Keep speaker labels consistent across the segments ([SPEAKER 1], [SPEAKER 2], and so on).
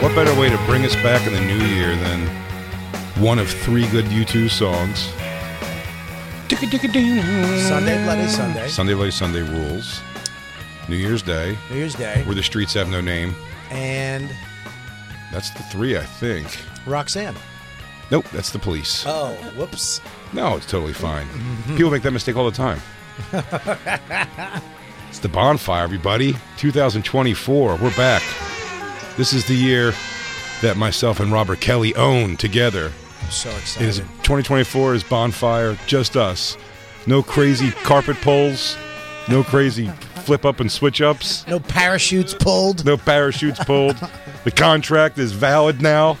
[SPEAKER 1] What better way to bring us back in the new year than one of three good U2 songs?
[SPEAKER 2] Sunday, Bloody Sunday,
[SPEAKER 1] Sunday Bloody Sunday rules. New Year's Day,
[SPEAKER 2] New Year's Day,
[SPEAKER 1] where the streets have no name.
[SPEAKER 2] and
[SPEAKER 1] That's the three, I think.
[SPEAKER 2] Roxanne.
[SPEAKER 1] Nope, that's the police.
[SPEAKER 2] Oh, whoops.
[SPEAKER 1] No, it's totally fine. People make that mistake all the time. it's the bonfire, everybody. 2024, we're back. This is the year that myself and Robert Kelly own together.
[SPEAKER 2] I'm so
[SPEAKER 1] It
[SPEAKER 2] excited.
[SPEAKER 1] is 2024 is bonfire, just us. No crazy carpet pulls, no crazy flip up and switch ups,
[SPEAKER 2] no parachutes pulled.
[SPEAKER 1] no parachutes pulled. The contract is valid now.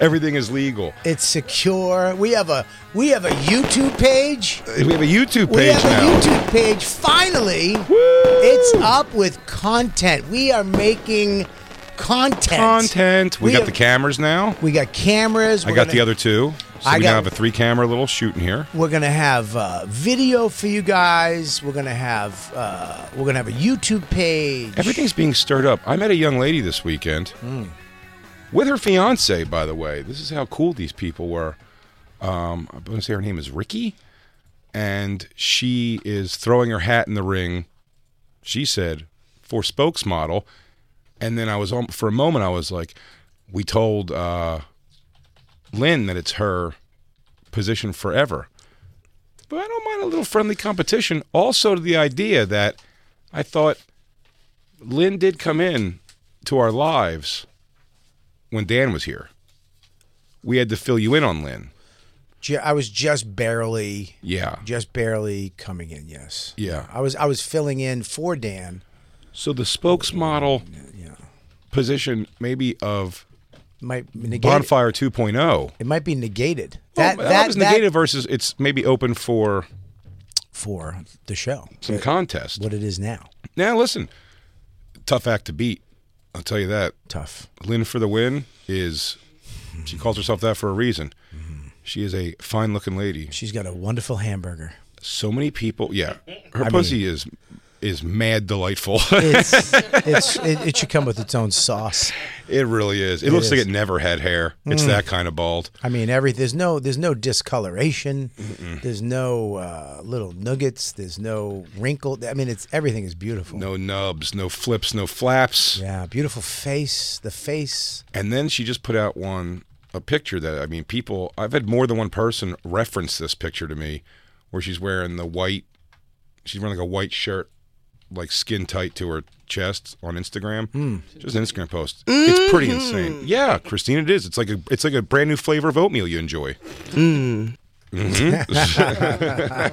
[SPEAKER 1] Everything is legal.
[SPEAKER 2] It's secure. We have a we have a YouTube page.
[SPEAKER 1] We have a YouTube
[SPEAKER 2] We
[SPEAKER 1] page
[SPEAKER 2] have
[SPEAKER 1] now.
[SPEAKER 2] a YouTube page. Finally, it's up with content. We are making content.
[SPEAKER 1] Content. We,
[SPEAKER 2] We
[SPEAKER 1] got
[SPEAKER 2] have-
[SPEAKER 1] the cameras now.
[SPEAKER 2] We got cameras.
[SPEAKER 1] I
[SPEAKER 2] We're
[SPEAKER 1] got
[SPEAKER 2] gonna-
[SPEAKER 1] the other two. So
[SPEAKER 2] I
[SPEAKER 1] we
[SPEAKER 2] got-
[SPEAKER 1] now have a three camera little shooting here.
[SPEAKER 2] We're gonna have uh, video for you guys. We're gonna have uh, we're gonna have a YouTube page.
[SPEAKER 1] Everything's being stirred up. I met a young lady this weekend with her fiance, by the way. This is how cool these people were. Um, I'm going to say her name is Ricky, and she is throwing her hat in the ring. She said for spokesmodel, and then I was on for a moment. I was like, we told uh, Lynn that it's her position forever. But I don't mind a little friendly competition. Also, to the idea that I thought Lynn did come in to our lives when Dan was here. We had to fill you in on Lynn.
[SPEAKER 2] Ju- I was just barely
[SPEAKER 1] Yeah.
[SPEAKER 2] just barely coming in. Yes.
[SPEAKER 1] Yeah.
[SPEAKER 2] I was I was filling in for Dan.
[SPEAKER 1] So the spokesmodel
[SPEAKER 2] Yeah.
[SPEAKER 1] position, maybe of
[SPEAKER 2] Might negate
[SPEAKER 1] Bonfire 2.0. Well,
[SPEAKER 2] It might be negated.
[SPEAKER 1] that, was negative versus it's maybe open for
[SPEAKER 2] for the show.
[SPEAKER 1] some contest.
[SPEAKER 2] What it is now.
[SPEAKER 1] Now, listen, tough act to beat. I'll tell you that.
[SPEAKER 2] Tough.
[SPEAKER 1] Lynn for the win is, she calls herself that for a reason. She is a fine looking lady.
[SPEAKER 2] She's got a wonderful hamburger.
[SPEAKER 1] so many people yeah her pussy is is mad delightful
[SPEAKER 2] It's, it's it, it should come with its own sauce.
[SPEAKER 1] it really is Mm. it, looks like
[SPEAKER 2] is.
[SPEAKER 1] it never had hair it's that kind of bald
[SPEAKER 2] I mean, every there's no there's no discoloration. There's no uh, little nuggets. There's no wrinkle. I mean, it's everything is beautiful.
[SPEAKER 1] no nubs no flips no flaps
[SPEAKER 2] Yeah, beautiful face. The face.
[SPEAKER 1] and then she just put out one a picture that i mean people i've had more than one person reference this picture to me where she's wearing the white she's wearing like a white shirt like skin tight to her chest on instagram just an instagram post it's pretty insane yeah christine it is it's like a it's like a brand new flavor of oatmeal you enjoy Mm-hmm.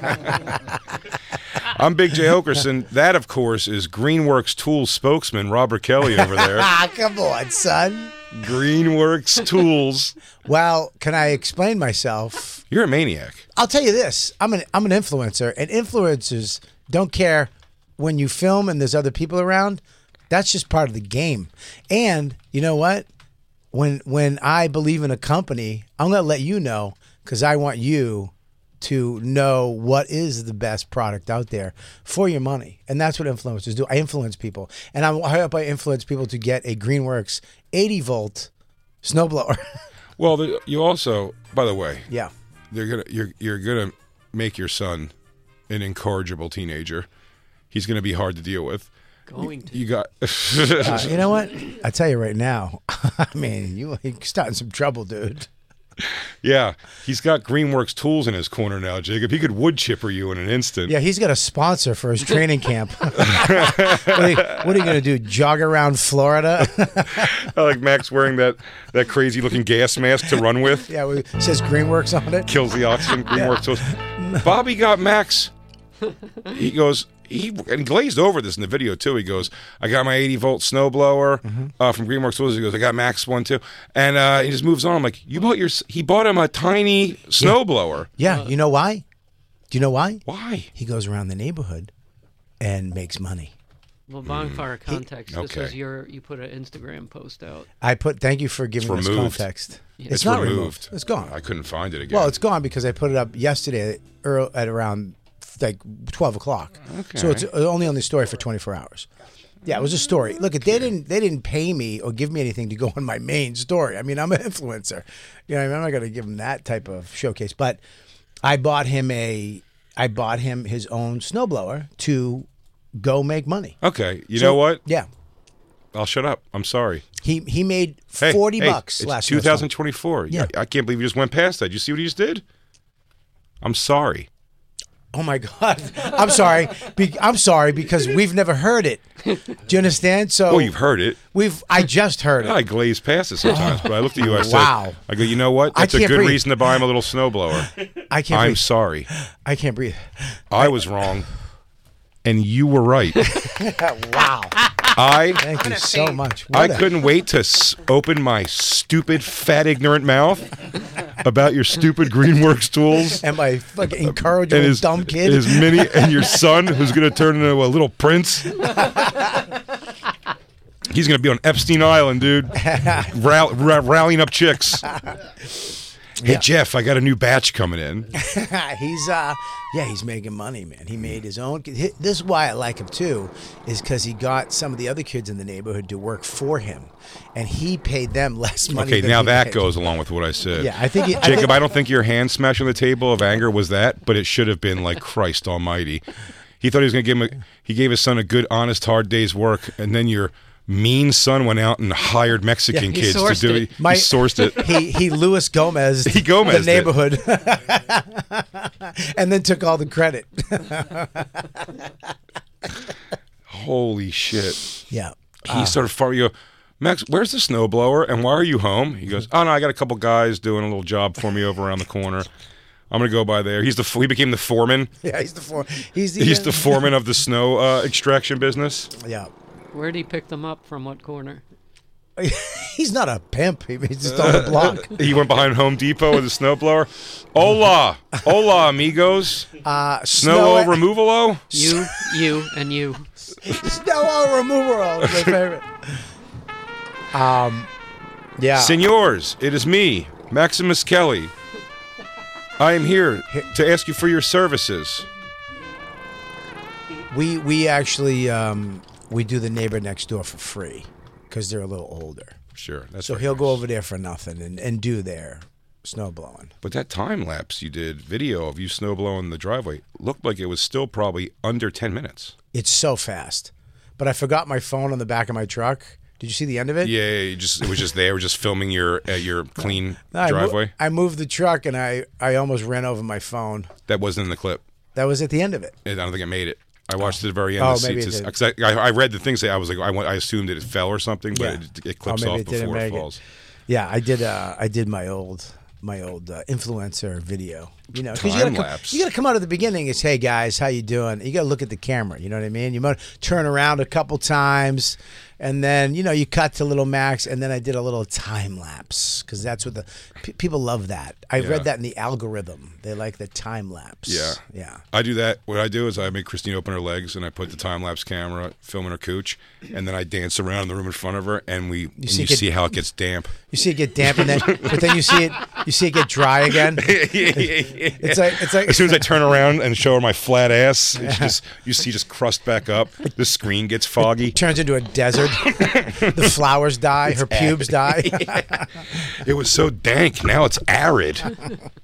[SPEAKER 1] Mhm. i'm big jay okerson that of course is greenworks tools spokesman robert kelly over there
[SPEAKER 2] Ah, come on, son.
[SPEAKER 1] Greenworks Tools.
[SPEAKER 2] Well, can I explain myself?
[SPEAKER 1] You're a maniac.
[SPEAKER 2] I'll tell you this: I'm an I'm an influencer, and influencers don't care when you film and there's other people around. That's just part of the game. And you know what? when when I believe in a company, I'm going to let you know because I want you to know what is the best product out there for your money, and that's what influencers do. I influence people, and I'm, I hope I influence people to get a GreenWorks 80 volt snowblower.
[SPEAKER 1] Well, the, you also, by the way,
[SPEAKER 2] yeah,
[SPEAKER 1] they're gonna you're you're gonna make your son an incorrigible teenager. He's gonna be hard to deal with.
[SPEAKER 3] Going to.
[SPEAKER 1] You got
[SPEAKER 2] Uh, you know what? I tell you right now. I mean, you you're starting some trouble, dude.
[SPEAKER 1] yeah. He's got GreenWorks tools in his corner now, Jacob. He could wood chipper you in an instant.
[SPEAKER 2] Yeah, he's got a sponsor for his training camp. what, are you, what are you gonna do? Jog around Florida?
[SPEAKER 1] I like Max wearing that that crazy looking gas mask to run with.
[SPEAKER 2] yeah, it says GreenWorks on it.
[SPEAKER 1] kills the oxygen. Greenworks goes, Bobby got Max. He goes, he and glazed over this in the video too. He goes, I got my 80 volt snowblower
[SPEAKER 2] Mm-hmm.
[SPEAKER 1] uh, from Greenworks Tools. He goes, I got Max one too, and uh, he just moves on. I'm like, you bought your? s-" He bought him a tiny snowblower.
[SPEAKER 2] Yeah, you know why? Do you know why?
[SPEAKER 1] Why?
[SPEAKER 2] He goes around the neighborhood and makes money.
[SPEAKER 3] Well,
[SPEAKER 2] Mm.
[SPEAKER 3] bonfire context. This
[SPEAKER 1] okay.
[SPEAKER 3] was your. You put an Instagram post out.
[SPEAKER 2] I put. Thank you for giving us
[SPEAKER 1] removed.
[SPEAKER 2] context. It's, not removed. It's gone.
[SPEAKER 1] I couldn't find it again.
[SPEAKER 2] Well, it's gone because I put it up yesterday ear- at around like twelve o'clock. So it's uh, only on the story for twenty four hours. Yeah, it was a story. Look, they didn't they didn't pay me or give me anything to go on my main story. I mean, I'm an influencer. You know, what I mean? I'm not going to give him that type of showcase. But I bought him a I bought him his own snowblower to go make money.
[SPEAKER 1] okay. You know what?
[SPEAKER 2] Yeah,
[SPEAKER 1] I'll shut up. I'm sorry.
[SPEAKER 2] he he made
[SPEAKER 1] Hey,
[SPEAKER 2] forty
[SPEAKER 1] hey,
[SPEAKER 2] bucks
[SPEAKER 1] it's
[SPEAKER 2] last year.
[SPEAKER 1] 2024.
[SPEAKER 2] Yeah.
[SPEAKER 1] I, I can't believe you just went past that. You see what he just did? I'm sorry.
[SPEAKER 2] Oh my God! I'm sorry. Be- I'm sorry because we've never heard it. Do you understand? So
[SPEAKER 1] Oh, you've heard it.
[SPEAKER 2] We've I just heard
[SPEAKER 1] I
[SPEAKER 2] it.
[SPEAKER 1] glaze past it sometimes, but I looked at you. I said,
[SPEAKER 2] Wow.
[SPEAKER 1] I go, you know what?
[SPEAKER 2] I
[SPEAKER 1] That's a
[SPEAKER 2] can't
[SPEAKER 1] good
[SPEAKER 2] breathe."
[SPEAKER 1] reason to buy him a little snowblower.
[SPEAKER 2] I can't
[SPEAKER 1] I'm
[SPEAKER 2] breathe.
[SPEAKER 1] sorry,
[SPEAKER 2] I can't breathe.
[SPEAKER 1] I was wrong, and you were right.
[SPEAKER 2] wow.
[SPEAKER 1] I
[SPEAKER 2] Thank you so much.
[SPEAKER 1] I
[SPEAKER 2] What a-
[SPEAKER 1] couldn't wait to s- open my stupid, fat, ignorant mouth about your stupid GreenWorks tools
[SPEAKER 2] and my fucking
[SPEAKER 1] Uh,
[SPEAKER 2] incorrigible dumb kid.
[SPEAKER 1] and his mini, and your son who's going to turn into a little prince. He's going to be on Epstein Island, dude, Rall- ra- rallying up chicks. Hey Jeff, I got a new batch coming in.
[SPEAKER 2] he's uh yeah, he's making money, man. He made his own. hi- This is why I like him too, is because he got some of the other kids in the neighborhood to work for him, and he paid them less money.
[SPEAKER 1] Okay,
[SPEAKER 2] than
[SPEAKER 1] now
[SPEAKER 2] he
[SPEAKER 1] that
[SPEAKER 2] paid.
[SPEAKER 1] goes along with what I said.
[SPEAKER 2] Yeah, I think he- I
[SPEAKER 1] Jacob,
[SPEAKER 2] think-
[SPEAKER 1] I don't think your hand smash on the table of anger was that, but it should have been like Christ Almighty. He thought he was going to give him. A, he gave his son a good, honest, hard day's work, and then your mean son went out and hired Mexican
[SPEAKER 3] he
[SPEAKER 1] kids to
[SPEAKER 3] sourced
[SPEAKER 1] do
[SPEAKER 3] it.
[SPEAKER 1] it. He sourced it.
[SPEAKER 2] He he Luis Gomez
[SPEAKER 1] He Gomez'd
[SPEAKER 2] the
[SPEAKER 1] it.
[SPEAKER 2] neighborhood, and then took all the credit.
[SPEAKER 1] Holy shit.
[SPEAKER 2] yeah.
[SPEAKER 1] He started farting. You go, Max, where's the snowblower and why are you home? He goes, Oh, no, I got a couple guys doing a little job for me over around the corner. I'm going to go by there. He's the f- He became the foreman.
[SPEAKER 2] Yeah, he's the four. He's the
[SPEAKER 1] He's
[SPEAKER 2] uh,
[SPEAKER 1] the foreman of the snow uh, extraction business.
[SPEAKER 2] yeah.
[SPEAKER 3] Where would he pick them up? From what corner?
[SPEAKER 2] He's not a pimp. He- He's just on the
[SPEAKER 1] Uh,
[SPEAKER 2] block.
[SPEAKER 1] He went behind Home Depot with a snowblower. Hola. Hola, amigos.
[SPEAKER 2] Uh,
[SPEAKER 1] Snow removalo.
[SPEAKER 3] You, you, and you.
[SPEAKER 2] Snow removal is my favorite. Um, yeah.
[SPEAKER 1] Senors, it is me, Maximus Kelly. I am here to ask you for your services.
[SPEAKER 2] we we actually um, we do the neighbor next door for free because they're a little older.
[SPEAKER 1] Sure. That's
[SPEAKER 2] So
[SPEAKER 1] very
[SPEAKER 2] he'll
[SPEAKER 1] nice.
[SPEAKER 2] go over there for nothing and, and do their snow blowing.
[SPEAKER 1] But that time lapse you did video of you snowblowing the driveway looked like it was still probably under 10 minutes.
[SPEAKER 2] It's so fast. But I forgot my phone on the back of my truck. Did you see the end of it?
[SPEAKER 1] Yeah, you just it was just there, just filming your uh, your clean
[SPEAKER 2] No, I mo-
[SPEAKER 1] driveway.
[SPEAKER 2] I moved the truck and I, I almost ran over my phone.
[SPEAKER 1] that wasn't in the clip.
[SPEAKER 2] That was at the end of it.
[SPEAKER 1] I don't think it made it. I watched to the very end
[SPEAKER 2] Oh,
[SPEAKER 1] to see
[SPEAKER 2] maybe it
[SPEAKER 1] to-
[SPEAKER 2] did.
[SPEAKER 1] 'cause I, I, I read the thing say I was like I, went, I assumed that it fell or something, but
[SPEAKER 2] Yeah.
[SPEAKER 1] it, it clips
[SPEAKER 2] Oh, maybe
[SPEAKER 1] off
[SPEAKER 2] it didn't
[SPEAKER 1] before it
[SPEAKER 2] make it.
[SPEAKER 1] falls.
[SPEAKER 2] Yeah, I did. Uh, I did my old my old uh, influencer video. You know, 'cause you
[SPEAKER 1] Time
[SPEAKER 2] gotta come,
[SPEAKER 1] lapse.
[SPEAKER 2] you gotta come out at the beginning. Is hey guys, how you doing? You gotta look at the camera. You know what I mean? You might turn around a couple times. And then, you know, you cut to little Max, and then I did a little time lapse because that's what the pe- people love that. I
[SPEAKER 1] Yeah.
[SPEAKER 2] read that in the algorithm. They like the time lapse.
[SPEAKER 1] Yeah.
[SPEAKER 2] Yeah.
[SPEAKER 1] I do that. What I do is I make Christine open her legs and I put the time lapse camera filming her cooch, and then I dance around in the room in front of her, and we and you,
[SPEAKER 2] see
[SPEAKER 1] see,
[SPEAKER 2] it get-
[SPEAKER 1] how it gets damp.
[SPEAKER 2] You see it get damp, and then, but then you see it, you see it get dry again.
[SPEAKER 1] it's
[SPEAKER 2] like- it's like-
[SPEAKER 1] as soon as I turn around and show her my flat ass, it's just you see just crust back up. The screen gets foggy.
[SPEAKER 2] Turns into a desert. the flowers die. her pubes die.
[SPEAKER 1] It was so dank. Now it's arid.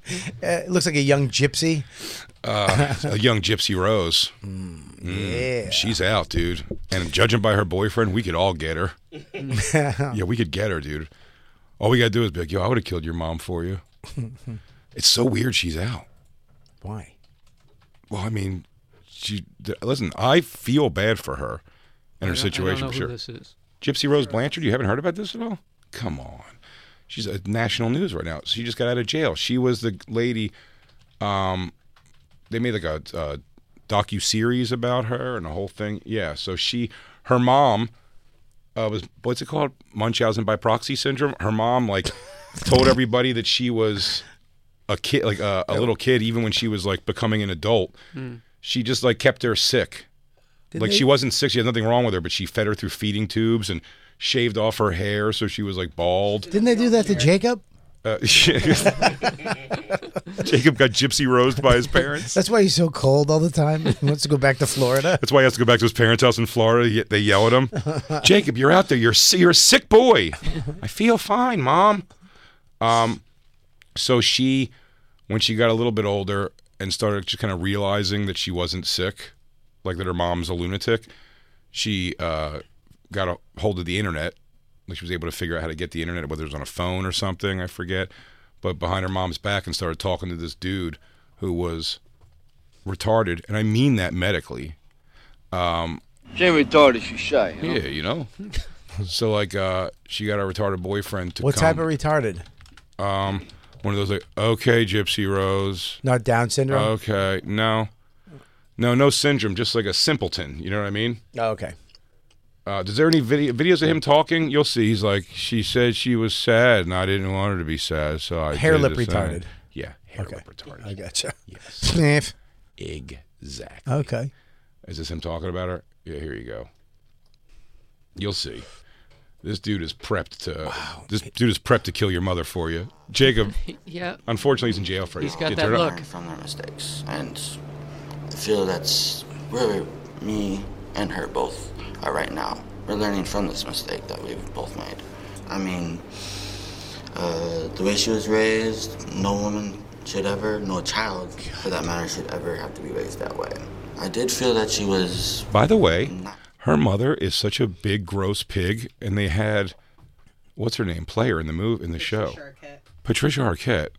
[SPEAKER 2] it looks like a young gypsy.
[SPEAKER 1] A young gypsy rose.
[SPEAKER 2] Hmm,
[SPEAKER 1] Mm,
[SPEAKER 2] Yeah.
[SPEAKER 1] She's out, dude. And judging by her boyfriend, we could all get her. yeah, we could get her, dude. All we gotta do is be like, yo, I would have killed your mom for you. it's so weird she's out.
[SPEAKER 2] Why?
[SPEAKER 1] Well, I mean, she th- listen. I feel bad for her and her
[SPEAKER 3] I
[SPEAKER 1] situation
[SPEAKER 3] don't know
[SPEAKER 1] for
[SPEAKER 3] who
[SPEAKER 1] sure.
[SPEAKER 3] this is.
[SPEAKER 1] Gypsy Rose Blanchard, you haven't heard about this at all? Come on. She's at national news right now. She just got out of jail. She was the lady. Um, they made like a uh, docu series about her and the whole thing. Yeah. So she, her mom, uh, was what's it called? Munchausen by proxy syndrome. Her mom like told everybody that she was a kid, like a, a little kid, even when she was like becoming an adult. She just like kept her sick like she wasn't sick, she had nothing wrong with her, but she fed her through feeding tubes and shaved off her hair, so she was like bald.
[SPEAKER 2] Didn't they do that to Jacob?
[SPEAKER 1] Uh, Jacob got gypsy rosed by his parents.
[SPEAKER 2] That's why he's so cold all the time. He wants to go back to Florida.
[SPEAKER 1] That's why he has to go back to his parents' house in Florida. Ye- They yell at him, "Jacob, you're out there. You're si- you're a sick boy." I feel fine, mom. Um, so she, when she got a little bit older and started just kind of realizing that she wasn't sick, like that her mom's a lunatic, she uh, got a hold of the internet. Like she was able to figure out how to get the internet, whether it was on a phone or something, I forget. But behind her mom's back and started talking to this dude who was retarded, and I mean that medically.
[SPEAKER 4] She ain't retarded, she's shy. You know?
[SPEAKER 2] Oh.
[SPEAKER 1] Yeah, you know. so like, uh, she got a retarded boyfriend to
[SPEAKER 2] What
[SPEAKER 1] come.
[SPEAKER 2] type of retarded?
[SPEAKER 1] um, one of those like, okay, Gypsy Rose,
[SPEAKER 2] Not Down syndrome.
[SPEAKER 1] Oh. okay, no, no, no syndrome, just like a simpleton. You know what I mean?
[SPEAKER 2] oh, okay.
[SPEAKER 1] Uh, is there any video, videos of him talking? You'll see. He's like, she said she was sad, and I didn't want her to be sad, so I
[SPEAKER 2] Hair
[SPEAKER 1] did
[SPEAKER 2] lip
[SPEAKER 1] this thing."
[SPEAKER 2] retarded.
[SPEAKER 1] Yeah, hair
[SPEAKER 2] Okay.
[SPEAKER 1] lip retarded.
[SPEAKER 2] I gotcha.
[SPEAKER 1] Yes,
[SPEAKER 2] Sniff.
[SPEAKER 1] exactly.
[SPEAKER 2] Okay.
[SPEAKER 1] Is this him talking about her? Yeah, here you go. You'll see. This dude is prepped to. This dude is prepped to kill your mother for you, Jacob.
[SPEAKER 3] Yeah,
[SPEAKER 1] Unfortunately, he's in jail for it.
[SPEAKER 3] He's got
[SPEAKER 1] Get
[SPEAKER 3] that
[SPEAKER 1] turned up.
[SPEAKER 3] look.
[SPEAKER 4] Learn from their mistakes, and I feel that's where me and her both are right now. We're learning from this mistake that we've both made. I mean, uh, the way she was raised, no woman should ever, no child for that matter, should ever have to be raised that way. I did feel that she was
[SPEAKER 1] By the way,
[SPEAKER 4] not
[SPEAKER 1] her mother is such a big, gross pig, and they had what's her name player in the move in the show,
[SPEAKER 5] Arquette,
[SPEAKER 1] Patricia Arquette,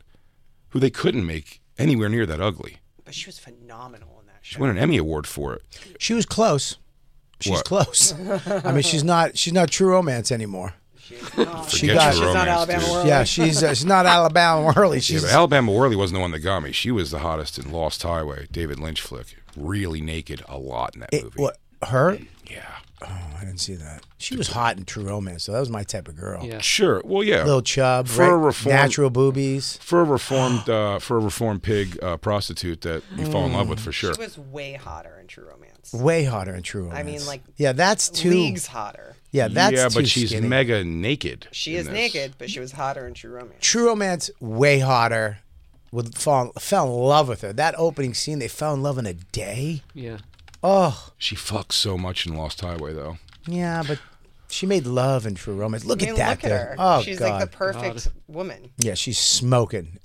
[SPEAKER 1] who they couldn't make anywhere near that ugly.
[SPEAKER 5] but she was phenomenal in that
[SPEAKER 1] She
[SPEAKER 5] show.
[SPEAKER 1] won an Emmy award for it.
[SPEAKER 2] She was close. She's
[SPEAKER 1] What?
[SPEAKER 2] close. I mean, she's not. She's not true romance anymore.
[SPEAKER 5] Oh,
[SPEAKER 2] She
[SPEAKER 1] Forget
[SPEAKER 2] got-
[SPEAKER 1] your
[SPEAKER 2] She's
[SPEAKER 5] not
[SPEAKER 1] romance,
[SPEAKER 5] Alabama
[SPEAKER 1] dude.
[SPEAKER 5] Whirly.
[SPEAKER 2] Yeah, she's uh, she's not Alabama early.
[SPEAKER 1] Yeah,
[SPEAKER 2] She's
[SPEAKER 1] but Alabama Worley wasn't the one that got me. She was the hottest in Lost Highway, David Lynch flick. Really naked a lot in that
[SPEAKER 2] it-
[SPEAKER 1] movie.
[SPEAKER 2] what her?
[SPEAKER 1] Yeah.
[SPEAKER 2] Oh, I didn't see that. She was hot in True Romance, so that was my type of girl.
[SPEAKER 3] Yeah.
[SPEAKER 1] Sure. Well, yeah.
[SPEAKER 2] Little chub,
[SPEAKER 1] For a
[SPEAKER 2] right?
[SPEAKER 1] reform-
[SPEAKER 2] natural boobies.
[SPEAKER 1] for a reformed uh, for a reformed pig uh, prostitute that you fall in love with for sure.
[SPEAKER 5] She was way hotter in True Romance.
[SPEAKER 2] Way hotter in True Romance.
[SPEAKER 5] I mean, like
[SPEAKER 2] yeah, that's too.
[SPEAKER 5] leagues hotter.
[SPEAKER 2] Yeah, that's
[SPEAKER 1] yeah, but
[SPEAKER 2] too
[SPEAKER 1] she's
[SPEAKER 2] skinny.
[SPEAKER 1] mega naked.
[SPEAKER 5] She
[SPEAKER 1] in
[SPEAKER 5] is
[SPEAKER 1] this.
[SPEAKER 5] naked, but she was hotter in True Romance.
[SPEAKER 2] True Romance way hotter. Would fall fell in love with her. That opening scene, they fell in love in a day.
[SPEAKER 3] yeah.
[SPEAKER 2] Oh
[SPEAKER 1] She fucks so much in Lost Highway though.
[SPEAKER 2] yeah, but she made love in True Romance. Look
[SPEAKER 5] I mean,
[SPEAKER 2] at that.
[SPEAKER 5] look at
[SPEAKER 2] there.
[SPEAKER 5] her.
[SPEAKER 2] Oh
[SPEAKER 5] She's
[SPEAKER 2] god.
[SPEAKER 5] like the perfect woman.
[SPEAKER 2] yeah, she's smoking.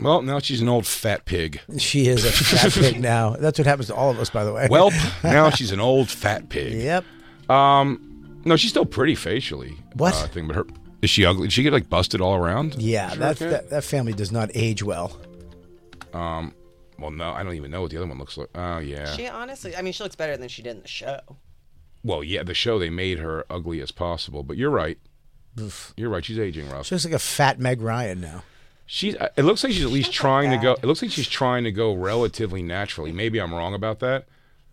[SPEAKER 1] Well, now she's an old fat pig.
[SPEAKER 2] She is a fat pig now. That's what happens to all of us, by the way.
[SPEAKER 1] Welp. now she's an old fat pig.
[SPEAKER 2] Yep.
[SPEAKER 1] No, she's still pretty facially.
[SPEAKER 2] What?
[SPEAKER 1] Uh, thing, but her is she ugly? Did she get like busted all around?
[SPEAKER 2] Yeah,
[SPEAKER 1] Sure,
[SPEAKER 2] that,
[SPEAKER 1] okay.
[SPEAKER 2] that that family does not age well.
[SPEAKER 1] Well, no, I don't even know what the other one looks like. Oh yeah.
[SPEAKER 5] She honestly, I mean, she looks better than she did in the show.
[SPEAKER 1] well, yeah. The show they made her ugly as possible, but you're right. You're right. She's aging rough.
[SPEAKER 2] She looks like a fat Meg Ryan now.
[SPEAKER 1] She's. uh, It looks like she's at least trying to go. It looks like she's trying to go relatively naturally. Maybe
[SPEAKER 2] Hmm.
[SPEAKER 1] I'm wrong about that,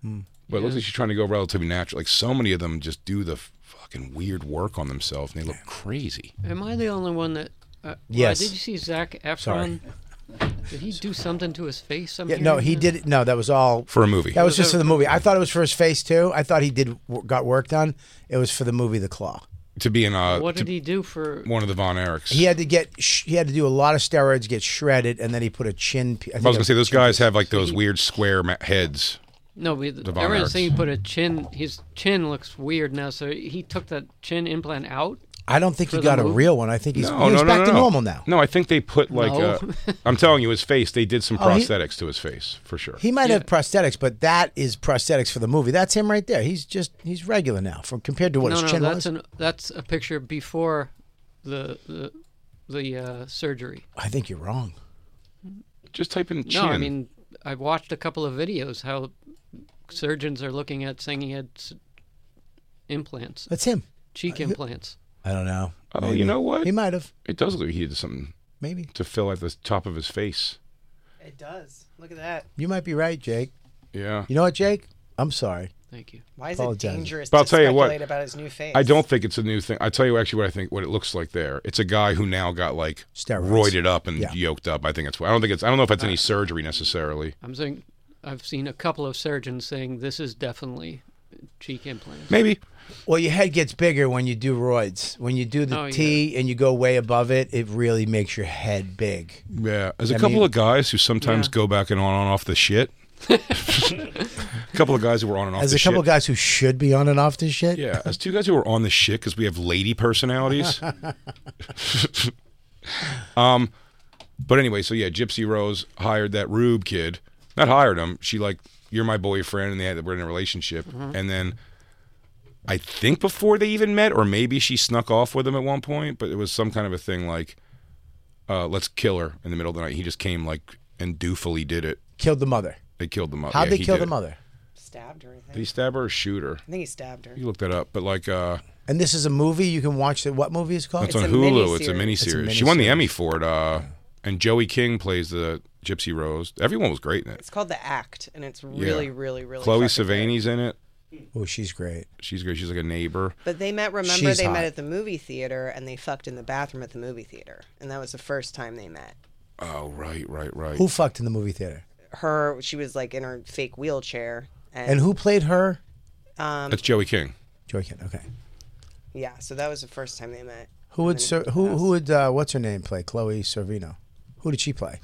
[SPEAKER 1] but it looks like she's trying to go relatively natural. Like so many of them just do the. f- fucking weird work on themselves and they look crazy.
[SPEAKER 3] Am I the only one that? Uh, why,
[SPEAKER 2] Yes.
[SPEAKER 3] did you see Zach Efron?
[SPEAKER 2] Sorry.
[SPEAKER 3] Did he do something to his face? I'm
[SPEAKER 2] Yeah, no,
[SPEAKER 3] hearing
[SPEAKER 2] he
[SPEAKER 3] now?
[SPEAKER 2] did it. No, that was all
[SPEAKER 1] For a movie.
[SPEAKER 2] That was just for the movie. I thought it was for his face too. I thought he did got work done. It was for the movie The Claw.
[SPEAKER 1] To be in a
[SPEAKER 3] What
[SPEAKER 2] Uh,
[SPEAKER 1] to-
[SPEAKER 3] did he do for?
[SPEAKER 1] one of the Von Erichs.
[SPEAKER 2] He had to get sh- he had to do a lot of steroids, get shredded, and then he put a chin. pe- I,
[SPEAKER 1] I was
[SPEAKER 2] think
[SPEAKER 1] gonna
[SPEAKER 2] a-
[SPEAKER 1] say those guys have like those weird square ma- heads.
[SPEAKER 3] No, we,
[SPEAKER 1] Von
[SPEAKER 3] everyone's
[SPEAKER 1] Erichs.
[SPEAKER 3] saying he put a chin. His chin looks weird now, so he took that chin implant out.
[SPEAKER 2] I don't think he
[SPEAKER 3] for the
[SPEAKER 2] got a
[SPEAKER 3] movie?
[SPEAKER 2] real one. I think he's,
[SPEAKER 1] No,
[SPEAKER 2] he's
[SPEAKER 1] no, no,
[SPEAKER 2] back
[SPEAKER 1] no,
[SPEAKER 2] to
[SPEAKER 1] no.
[SPEAKER 2] normal now.
[SPEAKER 1] No, I think they put like
[SPEAKER 3] No.
[SPEAKER 1] i I'm telling you, his face. They did some
[SPEAKER 2] Oh, he-
[SPEAKER 1] prosthetics to his face for sure.
[SPEAKER 2] He might have prosthetics, but that is prosthetics for the movie. That's him right there. He's just he's regular now, from compared to what
[SPEAKER 3] no,
[SPEAKER 2] his
[SPEAKER 3] no,
[SPEAKER 2] chin
[SPEAKER 3] that's
[SPEAKER 2] was.
[SPEAKER 3] an that's a picture before the the the uh, surgery.
[SPEAKER 2] I think you're wrong.
[SPEAKER 1] Just type in chin.
[SPEAKER 3] No, I mean I watched a couple of videos how surgeons are looking at saying he had s- implants,
[SPEAKER 2] That's him.
[SPEAKER 3] cheek implants.
[SPEAKER 2] I don't know.
[SPEAKER 1] oh, you know what?
[SPEAKER 2] He might have.
[SPEAKER 1] it does look like he did something
[SPEAKER 2] Maybe
[SPEAKER 1] to fill at the top of his face.
[SPEAKER 5] It does. Look at that.
[SPEAKER 2] you might be right, Jake.
[SPEAKER 1] Yeah.
[SPEAKER 2] You know what, Jake? I'm sorry.
[SPEAKER 3] Thank you.
[SPEAKER 5] Why is it
[SPEAKER 2] Apologize.
[SPEAKER 5] dangerous
[SPEAKER 1] But I'll
[SPEAKER 5] to
[SPEAKER 1] tell you what,
[SPEAKER 5] speculate about his new face?
[SPEAKER 1] I don't think it's a new thing. I tell you actually what I think what it looks like there. It's a guy who now got like
[SPEAKER 2] Steroids.
[SPEAKER 1] roided up and
[SPEAKER 2] Yeah. Uh.
[SPEAKER 1] yoked up. I think it's I don't think it's I don't know if it's any surgery necessarily.
[SPEAKER 3] I'm saying I've seen a couple of surgeons saying this is definitely cheek implants.
[SPEAKER 1] Maybe.
[SPEAKER 2] Well, your head gets bigger when you do roids. When you do the
[SPEAKER 3] Oh, yeah.
[SPEAKER 2] T and you go way above it, it really makes your head big.
[SPEAKER 1] Yeah. There's a
[SPEAKER 2] I
[SPEAKER 1] couple
[SPEAKER 2] mean-
[SPEAKER 1] of guys who sometimes
[SPEAKER 3] Yeah.
[SPEAKER 1] go back and on and off the shit. a couple of guys who were on and off
[SPEAKER 2] As
[SPEAKER 1] the
[SPEAKER 2] a couple
[SPEAKER 1] shit.
[SPEAKER 2] of guys who should be on and off this shit.
[SPEAKER 1] Yeah, as two guys who are on the shit because we have lady personalities. um, but anyway, so yeah, Gypsy Rose hired that Rube kid. Not hired him. She like, you're my boyfriend, and they had, were in a relationship.
[SPEAKER 2] Mm-hmm.
[SPEAKER 1] And then, I think before they even met, or maybe she snuck off with him at one point. But it was some kind of a thing like, uh, let's kill her in the middle of the night. He just came like and doofily did it.
[SPEAKER 2] Killed the mother.
[SPEAKER 1] They killed the mother.
[SPEAKER 2] How'd
[SPEAKER 1] Oh, Yeah,
[SPEAKER 2] they
[SPEAKER 1] he
[SPEAKER 2] kill
[SPEAKER 1] did
[SPEAKER 2] the
[SPEAKER 1] it.
[SPEAKER 2] mother?
[SPEAKER 5] stabbed her. I think.
[SPEAKER 1] Did he stab her or shoot her?
[SPEAKER 5] I think he stabbed her.
[SPEAKER 1] You look that up. But like, uh.
[SPEAKER 2] And this is a movie you can watch. That what movie is it called?
[SPEAKER 1] It's,
[SPEAKER 5] It's
[SPEAKER 1] on
[SPEAKER 5] a
[SPEAKER 1] Hulu. It's a
[SPEAKER 5] miniseries.
[SPEAKER 1] mini
[SPEAKER 5] It's
[SPEAKER 2] a
[SPEAKER 1] series. She won the
[SPEAKER 2] miniseries.
[SPEAKER 1] Emmy for it. Uh, and Joey King plays the Gypsy Rose. Everyone was great in it.
[SPEAKER 5] It's called The Act, and it's really,
[SPEAKER 1] Yeah.
[SPEAKER 5] really, really.
[SPEAKER 1] Chloe
[SPEAKER 5] fucking good.
[SPEAKER 1] Savani's in it.
[SPEAKER 2] oh, she's great.
[SPEAKER 1] She's great. She's like a neighbor.
[SPEAKER 5] But they met. Remember,
[SPEAKER 2] She's
[SPEAKER 5] they
[SPEAKER 2] hot.
[SPEAKER 5] met at the movie theater, and they fucked in the bathroom at the movie theater, and that was the first time they met.
[SPEAKER 1] Oh, right, right, right.
[SPEAKER 2] Who fucked in the movie theater?
[SPEAKER 5] Her, she was like in her fake wheelchair, and,
[SPEAKER 2] And who played her?
[SPEAKER 5] Um,
[SPEAKER 1] That's Joey King.
[SPEAKER 2] Joy Kent. Okay.
[SPEAKER 5] yeah, so that was the first time they met.
[SPEAKER 2] Who would Sir, who who would uh, what's her name play? Chloe Servino. Who did she play?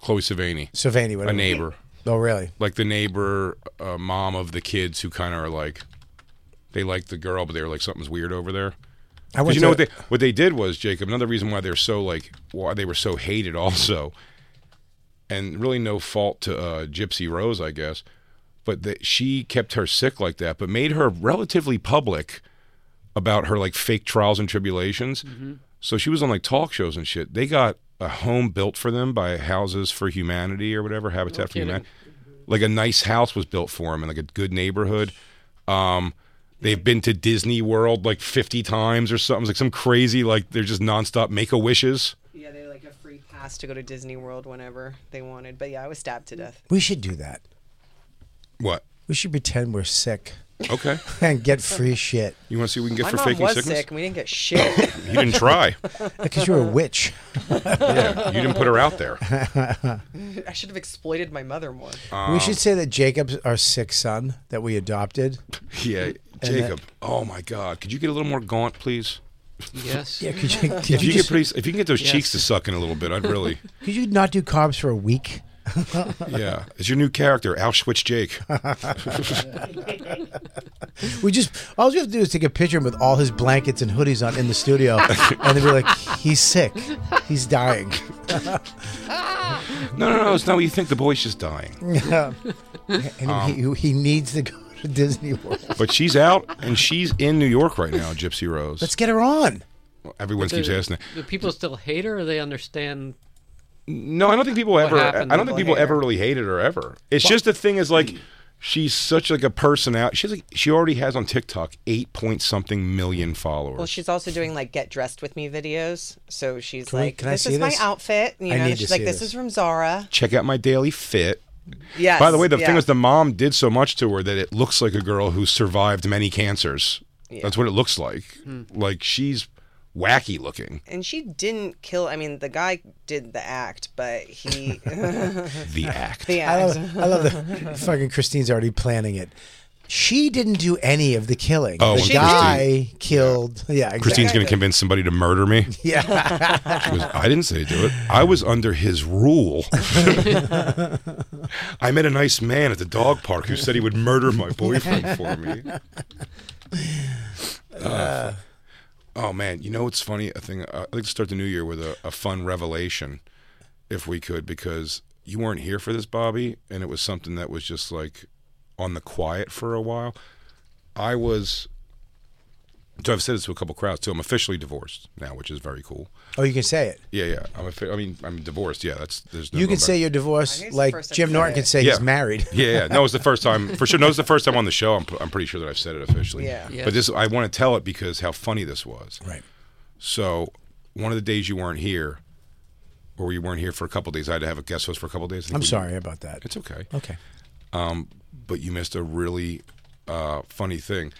[SPEAKER 1] Chloe Savani.
[SPEAKER 2] Savani.
[SPEAKER 1] A
[SPEAKER 2] Whatever.
[SPEAKER 1] neighbor.
[SPEAKER 2] Oh, really?
[SPEAKER 1] Like the neighbor uh, mom of the kids who kind of are like, they like the girl, but they're like, something's weird over there.
[SPEAKER 2] I
[SPEAKER 1] Because
[SPEAKER 2] went
[SPEAKER 1] you know what
[SPEAKER 2] to-
[SPEAKER 1] they what they did was Jacob. Another reason why they're so like why they were so hated also, and really no fault to uh, Gypsy Rose, I guess, but that she kept her sick like that, but made her relatively public about her like fake trials and tribulations.
[SPEAKER 5] Mm-hmm.
[SPEAKER 1] So she was on like talk shows and shit. They got a home built for them by Houses for Humanity or whatever Habitat for Humanity. Like a nice house was built for them in like a good neighborhood. Um, they've been to Disney World like 50 times or something. It's like some crazy like they're just nonstop make a wishes.
[SPEAKER 5] Yeah, they had like a free pass to go to Disney World whenever they wanted. But yeah, I was stabbed
[SPEAKER 1] Mm.
[SPEAKER 5] to death.
[SPEAKER 2] We should do that.
[SPEAKER 1] What?
[SPEAKER 2] We should pretend we're sick
[SPEAKER 1] Okay.
[SPEAKER 2] and get free shit
[SPEAKER 1] You want to see what we can get
[SPEAKER 5] My
[SPEAKER 1] for
[SPEAKER 5] mom
[SPEAKER 1] faking
[SPEAKER 5] was
[SPEAKER 1] sickness?
[SPEAKER 5] sick, and we didn't get shit.
[SPEAKER 1] You didn't try.
[SPEAKER 2] because you're a witch.
[SPEAKER 1] yeah, you didn't put her out there.
[SPEAKER 5] I should have exploited my mother more.
[SPEAKER 2] we
[SPEAKER 1] Um,
[SPEAKER 2] should say that Jacob's our sick son that we adopted.
[SPEAKER 1] Yeah, Jacob. Oh my God! Could you get a little more gaunt, please?
[SPEAKER 3] Yes.
[SPEAKER 2] Yeah, could you, could you,
[SPEAKER 1] If you
[SPEAKER 2] just-
[SPEAKER 1] could, please, if you can get those
[SPEAKER 3] Yes.
[SPEAKER 1] cheeks to suck in a little bit, I'd really.
[SPEAKER 2] could you not do carbs for a week?
[SPEAKER 1] Yeah, it's your new character, Auschwitz Jake.
[SPEAKER 2] We just all we have to do is take a picture of him with all his blankets and hoodies on in the studio, and then we're like, he's sick, he's dying.
[SPEAKER 1] No, no, no, it's not what you think. The boy's just dying.
[SPEAKER 2] Yeah. and
[SPEAKER 1] Um,
[SPEAKER 2] he, he needs to go to Disney World.
[SPEAKER 1] But she's out and she's in New York right now, Gypsy Rose.
[SPEAKER 2] Let's get her on.
[SPEAKER 1] Everyone keeps asking that.
[SPEAKER 3] Do people still hate her, or they understand?
[SPEAKER 1] No, I don't think people ever.
[SPEAKER 3] happened?
[SPEAKER 1] I don't think
[SPEAKER 3] People
[SPEAKER 1] people
[SPEAKER 3] hate
[SPEAKER 1] ever really hated her ever. It's just the thing is like, she's such like a personality. She's like she already has on TikTok eight point something million followers.
[SPEAKER 5] Well, she's also doing like get dressed with me videos. So she's
[SPEAKER 2] we-
[SPEAKER 5] like,
[SPEAKER 2] can I
[SPEAKER 5] this
[SPEAKER 2] see
[SPEAKER 5] is my
[SPEAKER 2] this?
[SPEAKER 5] outfit. You
[SPEAKER 2] I
[SPEAKER 5] know,
[SPEAKER 2] need
[SPEAKER 5] and
[SPEAKER 2] to
[SPEAKER 5] she's like,
[SPEAKER 2] see
[SPEAKER 5] this.
[SPEAKER 2] this.
[SPEAKER 5] is from Zara.
[SPEAKER 1] Check out my daily fit.
[SPEAKER 5] Yes.
[SPEAKER 1] By the way, the
[SPEAKER 5] yeah.
[SPEAKER 1] thing is, the mom did so much to her that it looks like a girl who survived many cancers. That's what it looks like.
[SPEAKER 5] Hmm.
[SPEAKER 1] Like she's wacky looking.
[SPEAKER 5] And she didn't kill. I mean, the guy did the act, but he.
[SPEAKER 1] The act.
[SPEAKER 5] the
[SPEAKER 2] I
[SPEAKER 5] act.
[SPEAKER 2] love, I love the fucking Christine's already planning it. She didn't do any of the killing.
[SPEAKER 1] Oh,
[SPEAKER 2] the
[SPEAKER 1] when
[SPEAKER 2] guy killed. Yeah, exactly.
[SPEAKER 1] Christine's going to convince somebody to murder me.
[SPEAKER 2] Yeah,
[SPEAKER 1] She goes, I didn't say do it. I was under his rule. I met a nice man at the dog park who said he would murder my boyfriend for me. Uh, oh man, you know what's funny? A thing uh, I'd like to start the new year with a, a fun revelation, if we could, because you weren't here for this, Bobby, and it was something that was just like on the quiet for a while. I was. So I've said this to a couple crowds too. I'm officially divorced now, which is very cool.
[SPEAKER 2] Oh, you can say it.
[SPEAKER 1] Yeah, yeah. I'm a fa- I mean, I'm divorced. Yeah, that's there's. No
[SPEAKER 2] You
[SPEAKER 1] going
[SPEAKER 2] can say
[SPEAKER 1] back.
[SPEAKER 2] you're divorced,
[SPEAKER 5] Here's the
[SPEAKER 2] like
[SPEAKER 5] first
[SPEAKER 2] Jim
[SPEAKER 5] episode.
[SPEAKER 2] Norton can say
[SPEAKER 1] Yeah.
[SPEAKER 2] he's married.
[SPEAKER 1] Yeah, yeah. No, it's the first time for sure. No, it's the first time on the show. I'm, I'm pretty sure that I've said it officially.
[SPEAKER 5] Yeah.
[SPEAKER 3] Yeah.
[SPEAKER 1] But this, I want to tell it because how funny this was.
[SPEAKER 2] Right.
[SPEAKER 1] So, one of the days you weren't here, or you weren't here for a couple days, I had to have a guest host for a couple days. I think
[SPEAKER 2] I'm
[SPEAKER 1] we-
[SPEAKER 2] sorry about that.
[SPEAKER 1] It's okay.
[SPEAKER 2] Okay.
[SPEAKER 1] but you missed a really uh, funny thing.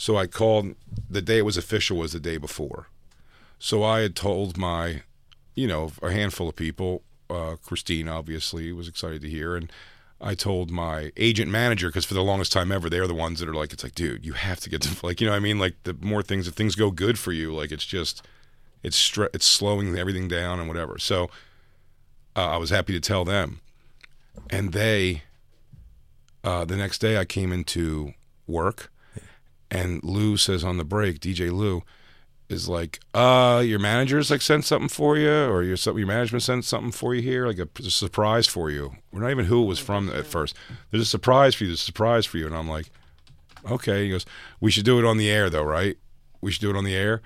[SPEAKER 1] So I called the day it was official was the day before. So I had told my, you know, a handful of people. Uh, Christine obviously was excited to hear, and I told my agent manager because for the longest time ever, they're the ones that are like, it's like, dude, you have to get to like, you know, what I mean, like the more things if things go good for you, like it's just, it's stre- it's slowing everything down and whatever. So uh, I was happy to tell them, and they uh, the next day I came into work and Lou says on the break, DJ Lou is like, uh, your manager's like sent something for you or your, your management sent something for you here, like a, a surprise for you. We're not even who it was from at first. There's a surprise for you, there's a surprise for you. And I'm like, okay. He goes, we should do it on the air though, right? We should do it on the air.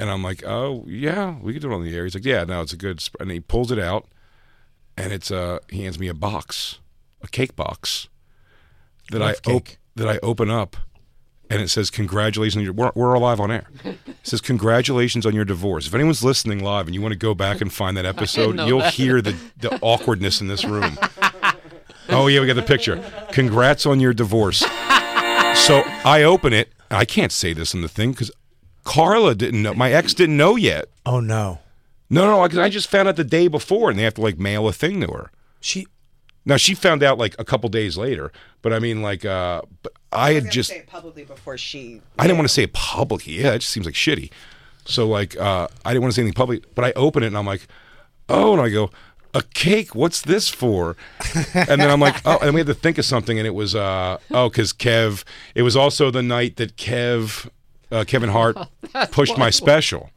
[SPEAKER 1] And I'm like, oh yeah, we could do it on the air. He's like, yeah, no, it's a good. Sp-. And he pulls it out, and it's uh, he hands me a box, a cake box, that I
[SPEAKER 2] Love
[SPEAKER 1] op-
[SPEAKER 2] cake.
[SPEAKER 1] that I open up, and it says, congratulations, on your- we're we're all live on air. It says, congratulations on your divorce. If anyone's listening live and you want to go back and find that episode,
[SPEAKER 3] know
[SPEAKER 1] you'll
[SPEAKER 3] that.
[SPEAKER 1] hear the the awkwardness in this room. oh yeah, we got the picture. Congrats on your divorce. So I open it. I can't say this in the thing because Carla didn't know. My ex didn't know yet.
[SPEAKER 2] Oh no,
[SPEAKER 1] No, no, because I just found out the day before, and they have to like mail a thing to her.
[SPEAKER 2] she.
[SPEAKER 1] Now she found out like a couple days later, but I mean, like, uh, but I had just
[SPEAKER 5] say it publicly before she.
[SPEAKER 1] I didn't want to say it publicly. Yeah, it just seems like shitty. So like, uh, I didn't want to say anything public, but I open it and I'm like, oh, and I go, a cake. What's this for? And then I'm like, oh, and we had to think of something, and it was, uh, oh, because Kev. It was also the night that Kev, uh, Kevin Hart, pushed my special.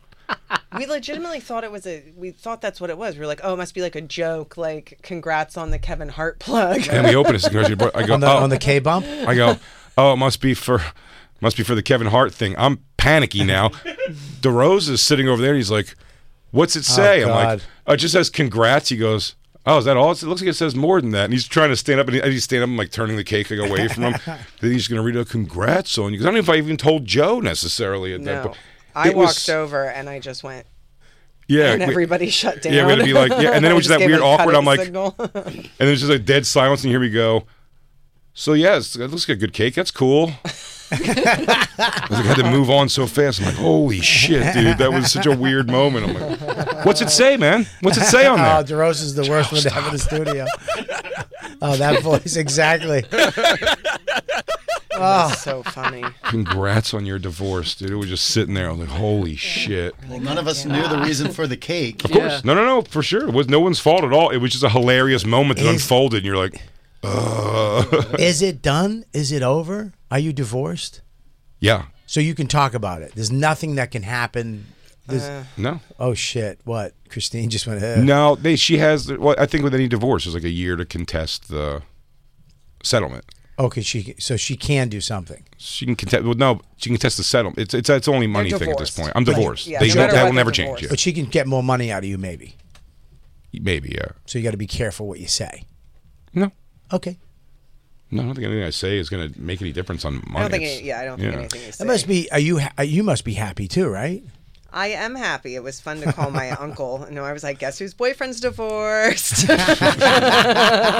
[SPEAKER 5] We legitimately thought it was a. We thought that's what it was. We were like, oh, it must be like a joke. Like, congrats on the Kevin Hart plug.
[SPEAKER 1] And we open it. congratulations. I go,
[SPEAKER 2] On the
[SPEAKER 1] oh.
[SPEAKER 2] on the K bump.
[SPEAKER 1] I go, oh, it must be for, must be for the Kevin Hart thing. I'm panicky now. DeRose is sitting over there. and He's like, what's it say? I'm like,
[SPEAKER 2] God.
[SPEAKER 1] oh, it just says congrats. He goes, oh, is that all? It looks like it says more than that. And he's trying to stand up, and he- as he's standing up, I'm like turning the cake like away from him. then he's gonna read a congrats on you. Because I don't know if I even told Joe necessarily at that
[SPEAKER 5] No,
[SPEAKER 1] point.
[SPEAKER 5] I
[SPEAKER 1] It
[SPEAKER 5] walked
[SPEAKER 1] was-
[SPEAKER 5] over and I just went,
[SPEAKER 1] Yeah,
[SPEAKER 5] and
[SPEAKER 1] we-
[SPEAKER 5] everybody shut down.
[SPEAKER 1] yeah, we had to be like- yeah, and then it
[SPEAKER 5] I
[SPEAKER 1] was
[SPEAKER 5] just
[SPEAKER 1] that
[SPEAKER 5] gave
[SPEAKER 1] weird
[SPEAKER 5] a
[SPEAKER 1] awkward,
[SPEAKER 5] cutting
[SPEAKER 1] I'm like-
[SPEAKER 5] signal.
[SPEAKER 1] And there's just like dead silence, and here we go. So yes, that looks like a good cake. That's cool. I was like, I had to move on so fast. I'm like, holy shit, dude, that was such a weird moment. I'm like, what's it say, man? What's it say on
[SPEAKER 2] Oh,
[SPEAKER 1] there?
[SPEAKER 2] DeRose is the worst one to have in the studio. oh, that voice exactly.
[SPEAKER 1] "Ah."
[SPEAKER 2] Oh,
[SPEAKER 5] That's so funny.
[SPEAKER 1] Congrats on your divorce, dude. It was just sitting there. I was like, holy shit.
[SPEAKER 6] Well, none of us knew the reason for the cake.
[SPEAKER 1] Of course, no, no, no, for sure. It was no one's fault at all. It was just a hilarious moment that
[SPEAKER 2] Is-
[SPEAKER 1] unfolded, and you're like, uh.
[SPEAKER 2] Is it done? Is it over? Are you divorced?
[SPEAKER 1] yeah,
[SPEAKER 2] So you can talk about it. There's nothing that can happen. There's,
[SPEAKER 5] Uh.
[SPEAKER 1] no.
[SPEAKER 2] oh shit! What Christine just went. eh.
[SPEAKER 1] No, they, she has. Well, I think with any divorce, there's like a year to contest the settlement.
[SPEAKER 2] Okay, she. So she can do something.
[SPEAKER 1] She can contest. Well, no, she can contest the settlement. It's it's, it's only a money
[SPEAKER 5] They're
[SPEAKER 1] thing at this
[SPEAKER 5] divorced.
[SPEAKER 1] point. I'm divorced.
[SPEAKER 5] Yeah,
[SPEAKER 1] they
[SPEAKER 5] no
[SPEAKER 1] don't,
[SPEAKER 5] matter
[SPEAKER 1] that
[SPEAKER 5] what,
[SPEAKER 1] will
[SPEAKER 5] they're
[SPEAKER 1] never change.
[SPEAKER 5] divorced.
[SPEAKER 2] But she can get more money out of you, maybe.
[SPEAKER 1] Yeah. Maybe. Yeah.
[SPEAKER 2] So you got to be careful what you say.
[SPEAKER 1] No.
[SPEAKER 2] Okay.
[SPEAKER 1] No, I don't think anything I say is going to make any difference on money.
[SPEAKER 5] I don't think.
[SPEAKER 1] It's-
[SPEAKER 5] Any, yeah, I don't think anything is.
[SPEAKER 2] That must be. Are you? ha- You must be happy too, right?
[SPEAKER 5] I am happy. It was fun to call my uncle. No, I was like, guess whose boyfriend's divorced?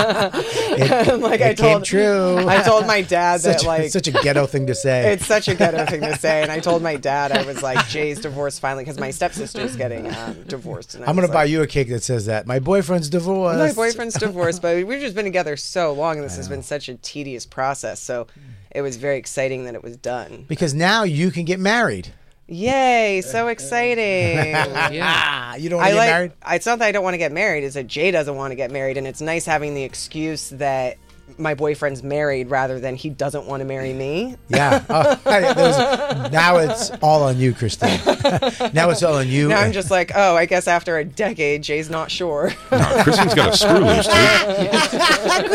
[SPEAKER 5] like
[SPEAKER 2] it came true.
[SPEAKER 5] I told my dad
[SPEAKER 2] Such,
[SPEAKER 5] that like
[SPEAKER 2] such a ghetto thing to say.
[SPEAKER 5] it's such a ghetto thing to say. And I told my dad I was like, Jay's divorced finally because my stepsister's getting um, divorced. And I
[SPEAKER 2] I'm
[SPEAKER 5] was
[SPEAKER 2] gonna buy
[SPEAKER 5] like,
[SPEAKER 2] you a cake that says that. My boyfriend's divorced.
[SPEAKER 5] My boyfriend's divorced, but we've just been together so long, and this has been such a tedious process. So it was very exciting that it was done.
[SPEAKER 2] Because now you can get married.
[SPEAKER 5] Yay! So exciting.
[SPEAKER 3] Yeah.
[SPEAKER 2] Ah, you don't want
[SPEAKER 5] I
[SPEAKER 2] to get
[SPEAKER 5] like.
[SPEAKER 2] married?
[SPEAKER 5] It's not that I don't want to get married. It's that Jay doesn't want to get married, and it's nice having the excuse that my boyfriend's married rather than he doesn't want to marry me.
[SPEAKER 2] Yeah. Oh, there's- now it's all on you, Christine. now it's all on you.
[SPEAKER 5] Now I'm just like, oh, I guess after a decade, Jay's not sure.
[SPEAKER 1] No, Kristen's got a screw loose, dude.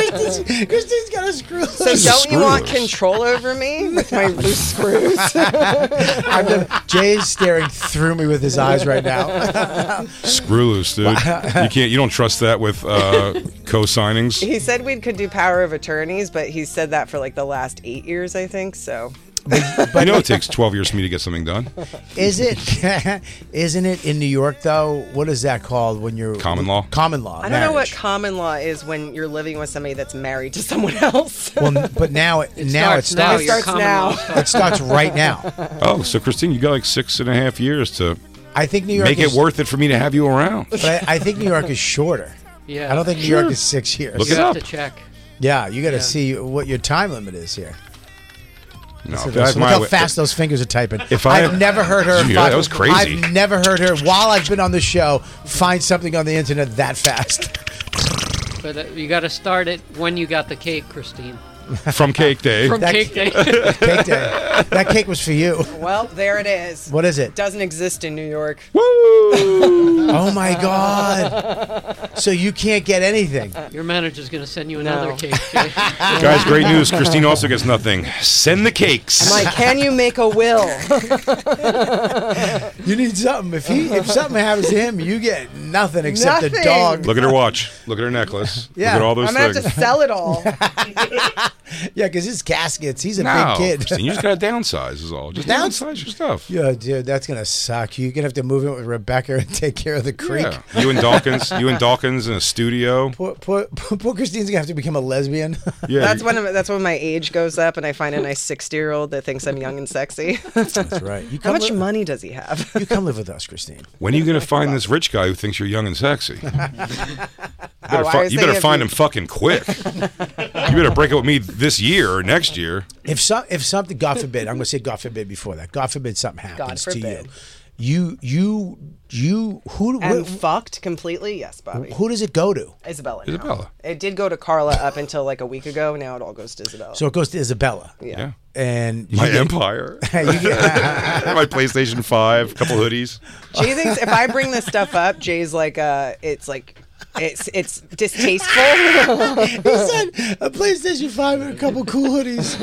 [SPEAKER 2] Christine's, Christine's got a screw.
[SPEAKER 5] So
[SPEAKER 1] This is
[SPEAKER 5] don't you want
[SPEAKER 1] screws.
[SPEAKER 5] control over me with my loose screws?
[SPEAKER 2] I'm just, Jay's staring through me with his eyes right now.
[SPEAKER 1] Screw loose, dude. You can't. You don't trust that with uh, co-signings.
[SPEAKER 5] he said we could do power of attorneys, but he said that for like the last eight years, I think. So
[SPEAKER 1] I know it takes 12 years for me to get something done.
[SPEAKER 2] Is it? Isn't it in New York though? What is that called when you're
[SPEAKER 1] Common law?
[SPEAKER 2] Common law.
[SPEAKER 5] I don't know what
[SPEAKER 2] marriage.
[SPEAKER 5] common law is when you're living with somebody that's married to someone else.
[SPEAKER 2] well, n- but now it, now it
[SPEAKER 3] starts now.
[SPEAKER 2] starts.
[SPEAKER 3] Your
[SPEAKER 5] starts
[SPEAKER 3] common
[SPEAKER 5] now.
[SPEAKER 3] law
[SPEAKER 2] It starts right now.
[SPEAKER 1] Oh, so Christine, you got like six and a half years to
[SPEAKER 2] I think New York
[SPEAKER 1] make it
[SPEAKER 2] is,
[SPEAKER 1] worth it for me to have you around.
[SPEAKER 2] But I, I think New York is shorter.
[SPEAKER 3] Yeah.
[SPEAKER 2] I don't think New
[SPEAKER 1] Sure.
[SPEAKER 2] York is six years.
[SPEAKER 1] Look
[SPEAKER 3] You
[SPEAKER 1] it up.
[SPEAKER 3] have to check.
[SPEAKER 2] yeah, you got to
[SPEAKER 3] Yeah.
[SPEAKER 2] see what your time limit is here.
[SPEAKER 1] No,
[SPEAKER 2] So
[SPEAKER 1] if I had
[SPEAKER 2] look
[SPEAKER 1] my
[SPEAKER 2] how
[SPEAKER 1] way-
[SPEAKER 2] fast those fingers are typing.
[SPEAKER 1] If I-
[SPEAKER 2] have never heard her,
[SPEAKER 1] Gee,
[SPEAKER 2] find-
[SPEAKER 1] that was crazy.
[SPEAKER 2] I've never heard her while I've been on the show find something on the internet that fast.
[SPEAKER 3] But uh, you got to start it when you got the cake, Christine.
[SPEAKER 1] from Cake Day.
[SPEAKER 3] From
[SPEAKER 2] That-
[SPEAKER 3] cake day.
[SPEAKER 2] Cake day. That cake was for you.
[SPEAKER 5] well, there it is.
[SPEAKER 2] What is it?
[SPEAKER 5] Doesn't exist in New York.
[SPEAKER 1] Woo!
[SPEAKER 2] Oh my god! So you can't get anything.
[SPEAKER 3] Your manager's going to send you another
[SPEAKER 5] No.
[SPEAKER 3] cake. Jay.
[SPEAKER 1] Guys, great news. Christine also gets nothing. Send the cakes.
[SPEAKER 5] Like, can you make a will?
[SPEAKER 2] You need something. If he, if something happens to him, you get nothing except a
[SPEAKER 5] Nothing.
[SPEAKER 2] dog.
[SPEAKER 1] Look at her watch. Look at her necklace.
[SPEAKER 2] Yeah,
[SPEAKER 1] Look at all those
[SPEAKER 5] I'm gonna have
[SPEAKER 1] things.
[SPEAKER 5] to sell it all.
[SPEAKER 2] Yeah, because his caskets. He's a
[SPEAKER 1] no,
[SPEAKER 2] big kid.
[SPEAKER 1] Christine, you just got to downsize is all. Just
[SPEAKER 2] Down-
[SPEAKER 1] downsize your stuff.
[SPEAKER 2] Yeah, dude, that's gonna suck. You're gonna have to move in with Rebecca and take care of the creek.
[SPEAKER 1] Yeah. You and Dawkins. You and Dawkins in a studio.
[SPEAKER 2] Poor, poor, poor Christine's gonna have to become a lesbian.
[SPEAKER 1] Yeah.
[SPEAKER 5] That's
[SPEAKER 1] you-
[SPEAKER 5] when that's when my age goes up, and I find a nice sixty-year-old that thinks I'm young and sexy.
[SPEAKER 2] That's right. You
[SPEAKER 5] How
[SPEAKER 2] come
[SPEAKER 5] much
[SPEAKER 2] li-
[SPEAKER 5] money does he have?
[SPEAKER 2] You come live with us, Christine.
[SPEAKER 1] When are you going to find this rich guy who thinks you're young and sexy? You better,
[SPEAKER 5] I
[SPEAKER 1] fi-
[SPEAKER 5] was
[SPEAKER 1] you better
[SPEAKER 5] thinking of
[SPEAKER 1] find
[SPEAKER 5] you-
[SPEAKER 1] him fucking quick. you better break up with me this year or next year.
[SPEAKER 2] If some, if something, God forbid, I'm gonna say God forbid before that. God forbid something happens
[SPEAKER 5] forbid.
[SPEAKER 2] to you. You, you, you. Who,
[SPEAKER 5] And
[SPEAKER 2] wh-
[SPEAKER 5] fucked completely? Yes, Bobby.
[SPEAKER 2] who does it go to?
[SPEAKER 5] Isabella. now.
[SPEAKER 1] Isabella.
[SPEAKER 5] It did go to Carla up until like a week ago. Now it all goes to Isabella.
[SPEAKER 2] So it goes to Isabella.
[SPEAKER 1] Yeah.
[SPEAKER 2] And you
[SPEAKER 1] My
[SPEAKER 2] get-
[SPEAKER 1] empire.
[SPEAKER 2] you get-
[SPEAKER 1] my PlayStation 5, couple hoodies.
[SPEAKER 5] Jay thinks if I bring this stuff up, Jay's like, uh, it's like, it's it's distasteful.
[SPEAKER 2] he said a PlayStation Five and a couple cool hoodies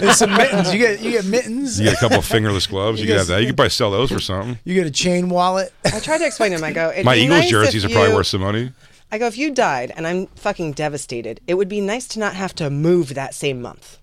[SPEAKER 2] and some mittens. You get you get mittens.
[SPEAKER 1] You get a couple of fingerless gloves. You could have that. You could probably sell those for something.
[SPEAKER 2] You get a chain wallet.
[SPEAKER 5] I tried to explain to him. I go, It'd
[SPEAKER 1] My
[SPEAKER 5] be
[SPEAKER 1] Eagles
[SPEAKER 5] nice
[SPEAKER 1] jerseys are
[SPEAKER 5] if
[SPEAKER 1] probably
[SPEAKER 5] you-
[SPEAKER 1] worth some money.
[SPEAKER 5] I go, if you died and I'm fucking devastated, it would be nice to not have to move that same month.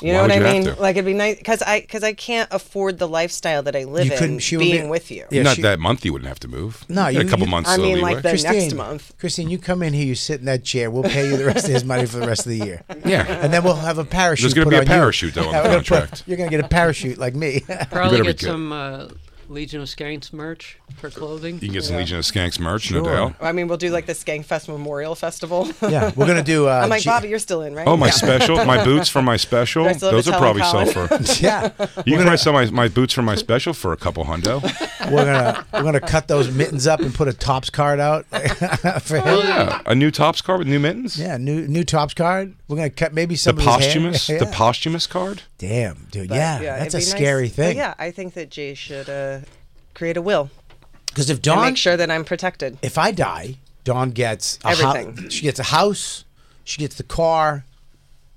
[SPEAKER 5] You know
[SPEAKER 1] Why
[SPEAKER 5] what I
[SPEAKER 1] would you have
[SPEAKER 5] mean?
[SPEAKER 1] to?
[SPEAKER 5] Like it'd be nice because I because I can't afford the lifestyle that I live
[SPEAKER 2] You couldn't-
[SPEAKER 5] in
[SPEAKER 2] she would be-
[SPEAKER 5] being with you.
[SPEAKER 2] Yeah,
[SPEAKER 1] Not
[SPEAKER 2] she-
[SPEAKER 1] that month you wouldn't have to move.
[SPEAKER 2] No,
[SPEAKER 1] you, had
[SPEAKER 2] you-
[SPEAKER 1] a couple
[SPEAKER 2] you-
[SPEAKER 1] months.
[SPEAKER 5] I
[SPEAKER 1] of
[SPEAKER 5] mean,
[SPEAKER 1] leeway.
[SPEAKER 5] like the next month.
[SPEAKER 2] Christine, you come in here, you sit in that chair. We'll pay you the rest of his money for the rest of the year.
[SPEAKER 1] Yeah.
[SPEAKER 2] And then we'll have a parachute.
[SPEAKER 1] There's gonna
[SPEAKER 2] put
[SPEAKER 1] be a
[SPEAKER 2] on you.
[SPEAKER 1] parachute, though, on the
[SPEAKER 2] We're gonna put-
[SPEAKER 1] contract.
[SPEAKER 2] you're going to get a parachute like me.
[SPEAKER 3] Probably
[SPEAKER 1] better be
[SPEAKER 3] get
[SPEAKER 1] good.
[SPEAKER 3] some uh, Legion of Skanks merch for clothing.
[SPEAKER 1] You can get some Legion of Skanks merch, no
[SPEAKER 2] Sure.
[SPEAKER 1] doubt.
[SPEAKER 5] I mean, we'll do like the Skankfest Memorial Festival.
[SPEAKER 2] yeah, we're going to do. Uh,
[SPEAKER 5] I'm like,
[SPEAKER 2] G-
[SPEAKER 5] Bobby, you're still in, right?
[SPEAKER 1] Oh, my
[SPEAKER 5] Yeah.
[SPEAKER 1] special, my boots from my special.
[SPEAKER 5] Do I still have
[SPEAKER 1] Those
[SPEAKER 5] to
[SPEAKER 1] are
[SPEAKER 5] tell
[SPEAKER 1] probably
[SPEAKER 5] him,
[SPEAKER 1] sell
[SPEAKER 5] Colin?
[SPEAKER 1] for.
[SPEAKER 2] Yeah,
[SPEAKER 1] You can probably sell my, my boots from my special for a couple hundo.
[SPEAKER 2] we're gonna we're gonna cut those mittens up and put a tops card out for him.
[SPEAKER 1] Oh, yeah, a new tops card with new mittens.
[SPEAKER 2] Yeah, new new tops card. We're gonna cut maybe
[SPEAKER 1] The
[SPEAKER 2] some of his hair.
[SPEAKER 1] posthumous,
[SPEAKER 2] Yeah.
[SPEAKER 1] the posthumous card.
[SPEAKER 2] Damn, dude.
[SPEAKER 5] But,
[SPEAKER 2] yeah,
[SPEAKER 5] it'd
[SPEAKER 2] that's
[SPEAKER 5] be
[SPEAKER 2] a
[SPEAKER 5] nice.
[SPEAKER 2] scary
[SPEAKER 5] But
[SPEAKER 2] thing.
[SPEAKER 5] yeah, I think that Jay should uh, create a will
[SPEAKER 2] because if
[SPEAKER 5] and
[SPEAKER 2] Dawn,
[SPEAKER 5] make sure that I'm protected.
[SPEAKER 2] if I die, Dawn gets a
[SPEAKER 5] Everything.
[SPEAKER 2] House, she gets a house, she gets the car,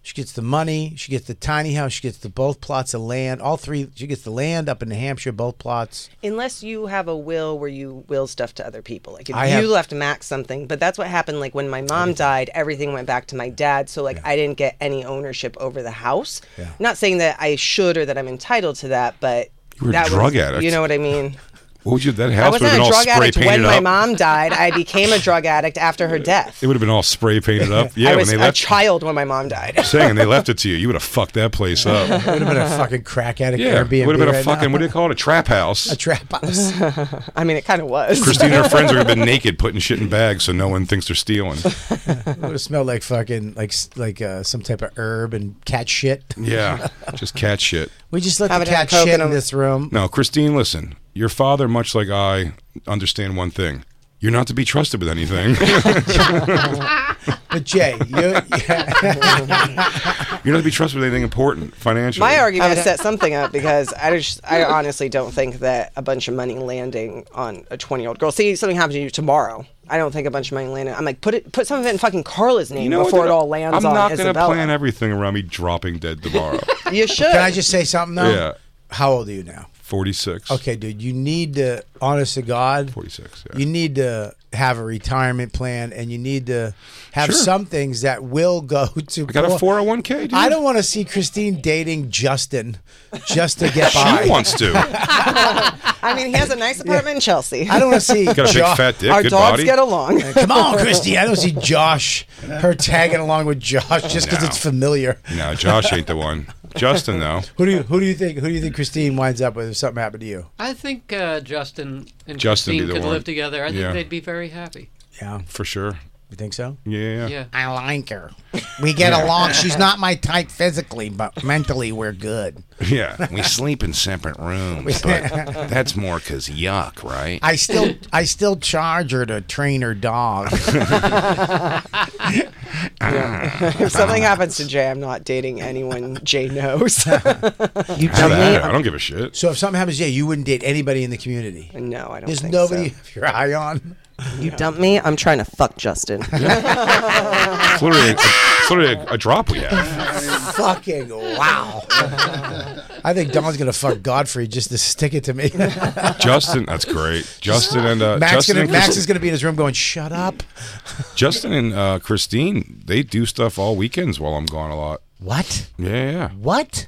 [SPEAKER 2] she gets the money, she gets the tiny house, she gets the both plots of land. All three, she gets the land up in New Hampshire, both plots.
[SPEAKER 5] Unless you have a will where you will stuff to other people. Like if
[SPEAKER 2] I
[SPEAKER 5] you
[SPEAKER 2] have-
[SPEAKER 5] left Max something, but that's what happened. Like when my mom died, everything went back to my dad. So like I didn't get any ownership over the house. Not saying that I should or that I'm entitled to that, but
[SPEAKER 1] You were a
[SPEAKER 5] that
[SPEAKER 1] drug
[SPEAKER 5] was,
[SPEAKER 1] addict.
[SPEAKER 5] You know what I mean?
[SPEAKER 1] What would you? That
[SPEAKER 5] I
[SPEAKER 1] house would have
[SPEAKER 5] wasn't
[SPEAKER 1] been
[SPEAKER 5] a
[SPEAKER 1] all
[SPEAKER 5] drug
[SPEAKER 1] spray
[SPEAKER 5] addict when
[SPEAKER 1] painted
[SPEAKER 5] my
[SPEAKER 1] up.
[SPEAKER 5] mom died. I became a drug addict after her death.
[SPEAKER 1] It would have been all spray painted up. Yeah,
[SPEAKER 5] I
[SPEAKER 1] when
[SPEAKER 5] was
[SPEAKER 1] they
[SPEAKER 5] a
[SPEAKER 1] left.
[SPEAKER 5] child when my mom died.
[SPEAKER 1] saying they left it to you, you would have fucked that place up.
[SPEAKER 2] would have been a fucking crack addict
[SPEAKER 1] Yeah,
[SPEAKER 2] Airbnb.
[SPEAKER 1] it would have been a
[SPEAKER 2] right
[SPEAKER 1] fucking
[SPEAKER 2] now.
[SPEAKER 1] what do they call it? A trap house.
[SPEAKER 2] a trap house.
[SPEAKER 5] I mean, it kind of was.
[SPEAKER 1] Christine and her friends are gonna be naked putting shit in bags so no one thinks they're stealing.
[SPEAKER 2] It would have smelled like fucking like s- like uh, some type of herb and cat shit.
[SPEAKER 1] Yeah, just cat shit.
[SPEAKER 2] We just let
[SPEAKER 5] Have
[SPEAKER 2] the
[SPEAKER 5] it in a
[SPEAKER 2] cat
[SPEAKER 5] Coke
[SPEAKER 2] shit
[SPEAKER 5] and
[SPEAKER 2] in
[SPEAKER 5] a-
[SPEAKER 2] this room.
[SPEAKER 1] Now, Christine, listen. Your father, much like I, understand one thing. You're not to be trusted with anything.
[SPEAKER 2] But Jay, you,
[SPEAKER 1] You're not to be trusted with anything important financially.
[SPEAKER 5] My argument is set something up because I just, I honestly don't think that a bunch of money landing on a 20 year old girl. See, something happens to you tomorrow. I don't think a bunch of money landing. I'm like, put it, put some of it in fucking Carla's name
[SPEAKER 1] You know what?
[SPEAKER 5] before it all lands
[SPEAKER 1] I'm
[SPEAKER 5] on
[SPEAKER 1] not gonna
[SPEAKER 5] Isabella.
[SPEAKER 1] plan everything around me dropping dead tomorrow.
[SPEAKER 5] you should.
[SPEAKER 2] can I just say something though?
[SPEAKER 1] Yeah.
[SPEAKER 2] How old are you now?
[SPEAKER 1] 46.
[SPEAKER 2] Okay, dude, you need to, honest to God,
[SPEAKER 1] 46. Yeah.
[SPEAKER 2] you need to have a retirement plan and you need to have
[SPEAKER 1] Sure.
[SPEAKER 2] some things that will go to.
[SPEAKER 1] I got a 401k, dude.
[SPEAKER 2] I don't want to see Christine dating Justin just to get by.
[SPEAKER 1] She wants to.
[SPEAKER 5] I mean, he has a nice apartment in Chelsea.
[SPEAKER 2] I don't want to see.
[SPEAKER 1] Got a big
[SPEAKER 2] Jo-
[SPEAKER 1] fat dick.
[SPEAKER 5] Our
[SPEAKER 1] good
[SPEAKER 5] dogs
[SPEAKER 1] body.
[SPEAKER 5] get along.
[SPEAKER 2] Come on, Christy. I don't see Josh, her tagging along with Josh just because
[SPEAKER 1] No.
[SPEAKER 2] it's familiar.
[SPEAKER 1] No, Josh ain't the one. Justin though.
[SPEAKER 2] Who do you who do you think who do you think Christine winds up with if something happened to you?
[SPEAKER 3] I think uh, Justin and
[SPEAKER 1] Justin be
[SPEAKER 3] Christine
[SPEAKER 1] the
[SPEAKER 3] could
[SPEAKER 1] one.
[SPEAKER 3] live together. I think
[SPEAKER 1] Yeah.
[SPEAKER 3] they'd be very happy.
[SPEAKER 2] Yeah,
[SPEAKER 1] For sure.
[SPEAKER 2] you think so?
[SPEAKER 1] Yeah.
[SPEAKER 3] Yeah.
[SPEAKER 2] I like her. We get along. She's not my type physically, but mentally we're good.
[SPEAKER 1] Yeah. We sleep in separate rooms, but that's more because yuck, right?
[SPEAKER 2] I still I still charge her to train her dog.
[SPEAKER 5] if something happens to Jay, I'm not dating anyone Jay knows.
[SPEAKER 2] You
[SPEAKER 1] How the heck? I don't give a shit.
[SPEAKER 2] So if something happens, yeah, you wouldn't date anybody in the community.
[SPEAKER 5] no, I don't
[SPEAKER 2] There's
[SPEAKER 5] think
[SPEAKER 2] nobody you have your eye on.
[SPEAKER 5] so. You dump me, I'm trying to fuck Justin.
[SPEAKER 1] It's literally, it's literally a, a drop we have.
[SPEAKER 2] Fucking wow. I think Don's gonna fuck Godfrey just to stick it to me.
[SPEAKER 1] Justin, that's great. Justin and uh,
[SPEAKER 2] Max,
[SPEAKER 1] Justin
[SPEAKER 2] gonna,
[SPEAKER 1] and
[SPEAKER 2] Max
[SPEAKER 1] Christi-
[SPEAKER 2] is going to be in his room going, "Shut up."
[SPEAKER 1] Justin and uh, Christine, they do stuff all weekends while I'm gone a lot.
[SPEAKER 2] What?
[SPEAKER 1] Yeah, yeah.
[SPEAKER 2] What?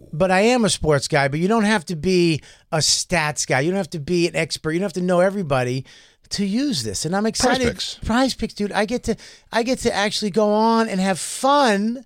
[SPEAKER 2] but I am a sports guy. But you don't have to be a stats guy. You don't have to be an expert. You don't have to know everybody to use this. And I'm excited.
[SPEAKER 1] Picks.
[SPEAKER 2] Prize picks, dude. I get to I get to actually go on and have fun.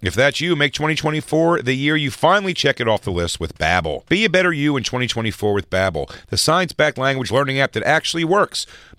[SPEAKER 1] If that's you, make 2024 the year you finally check it off the list with Babbel. Be a better you in 2024 with Babbel, the science-backed language learning app that actually works.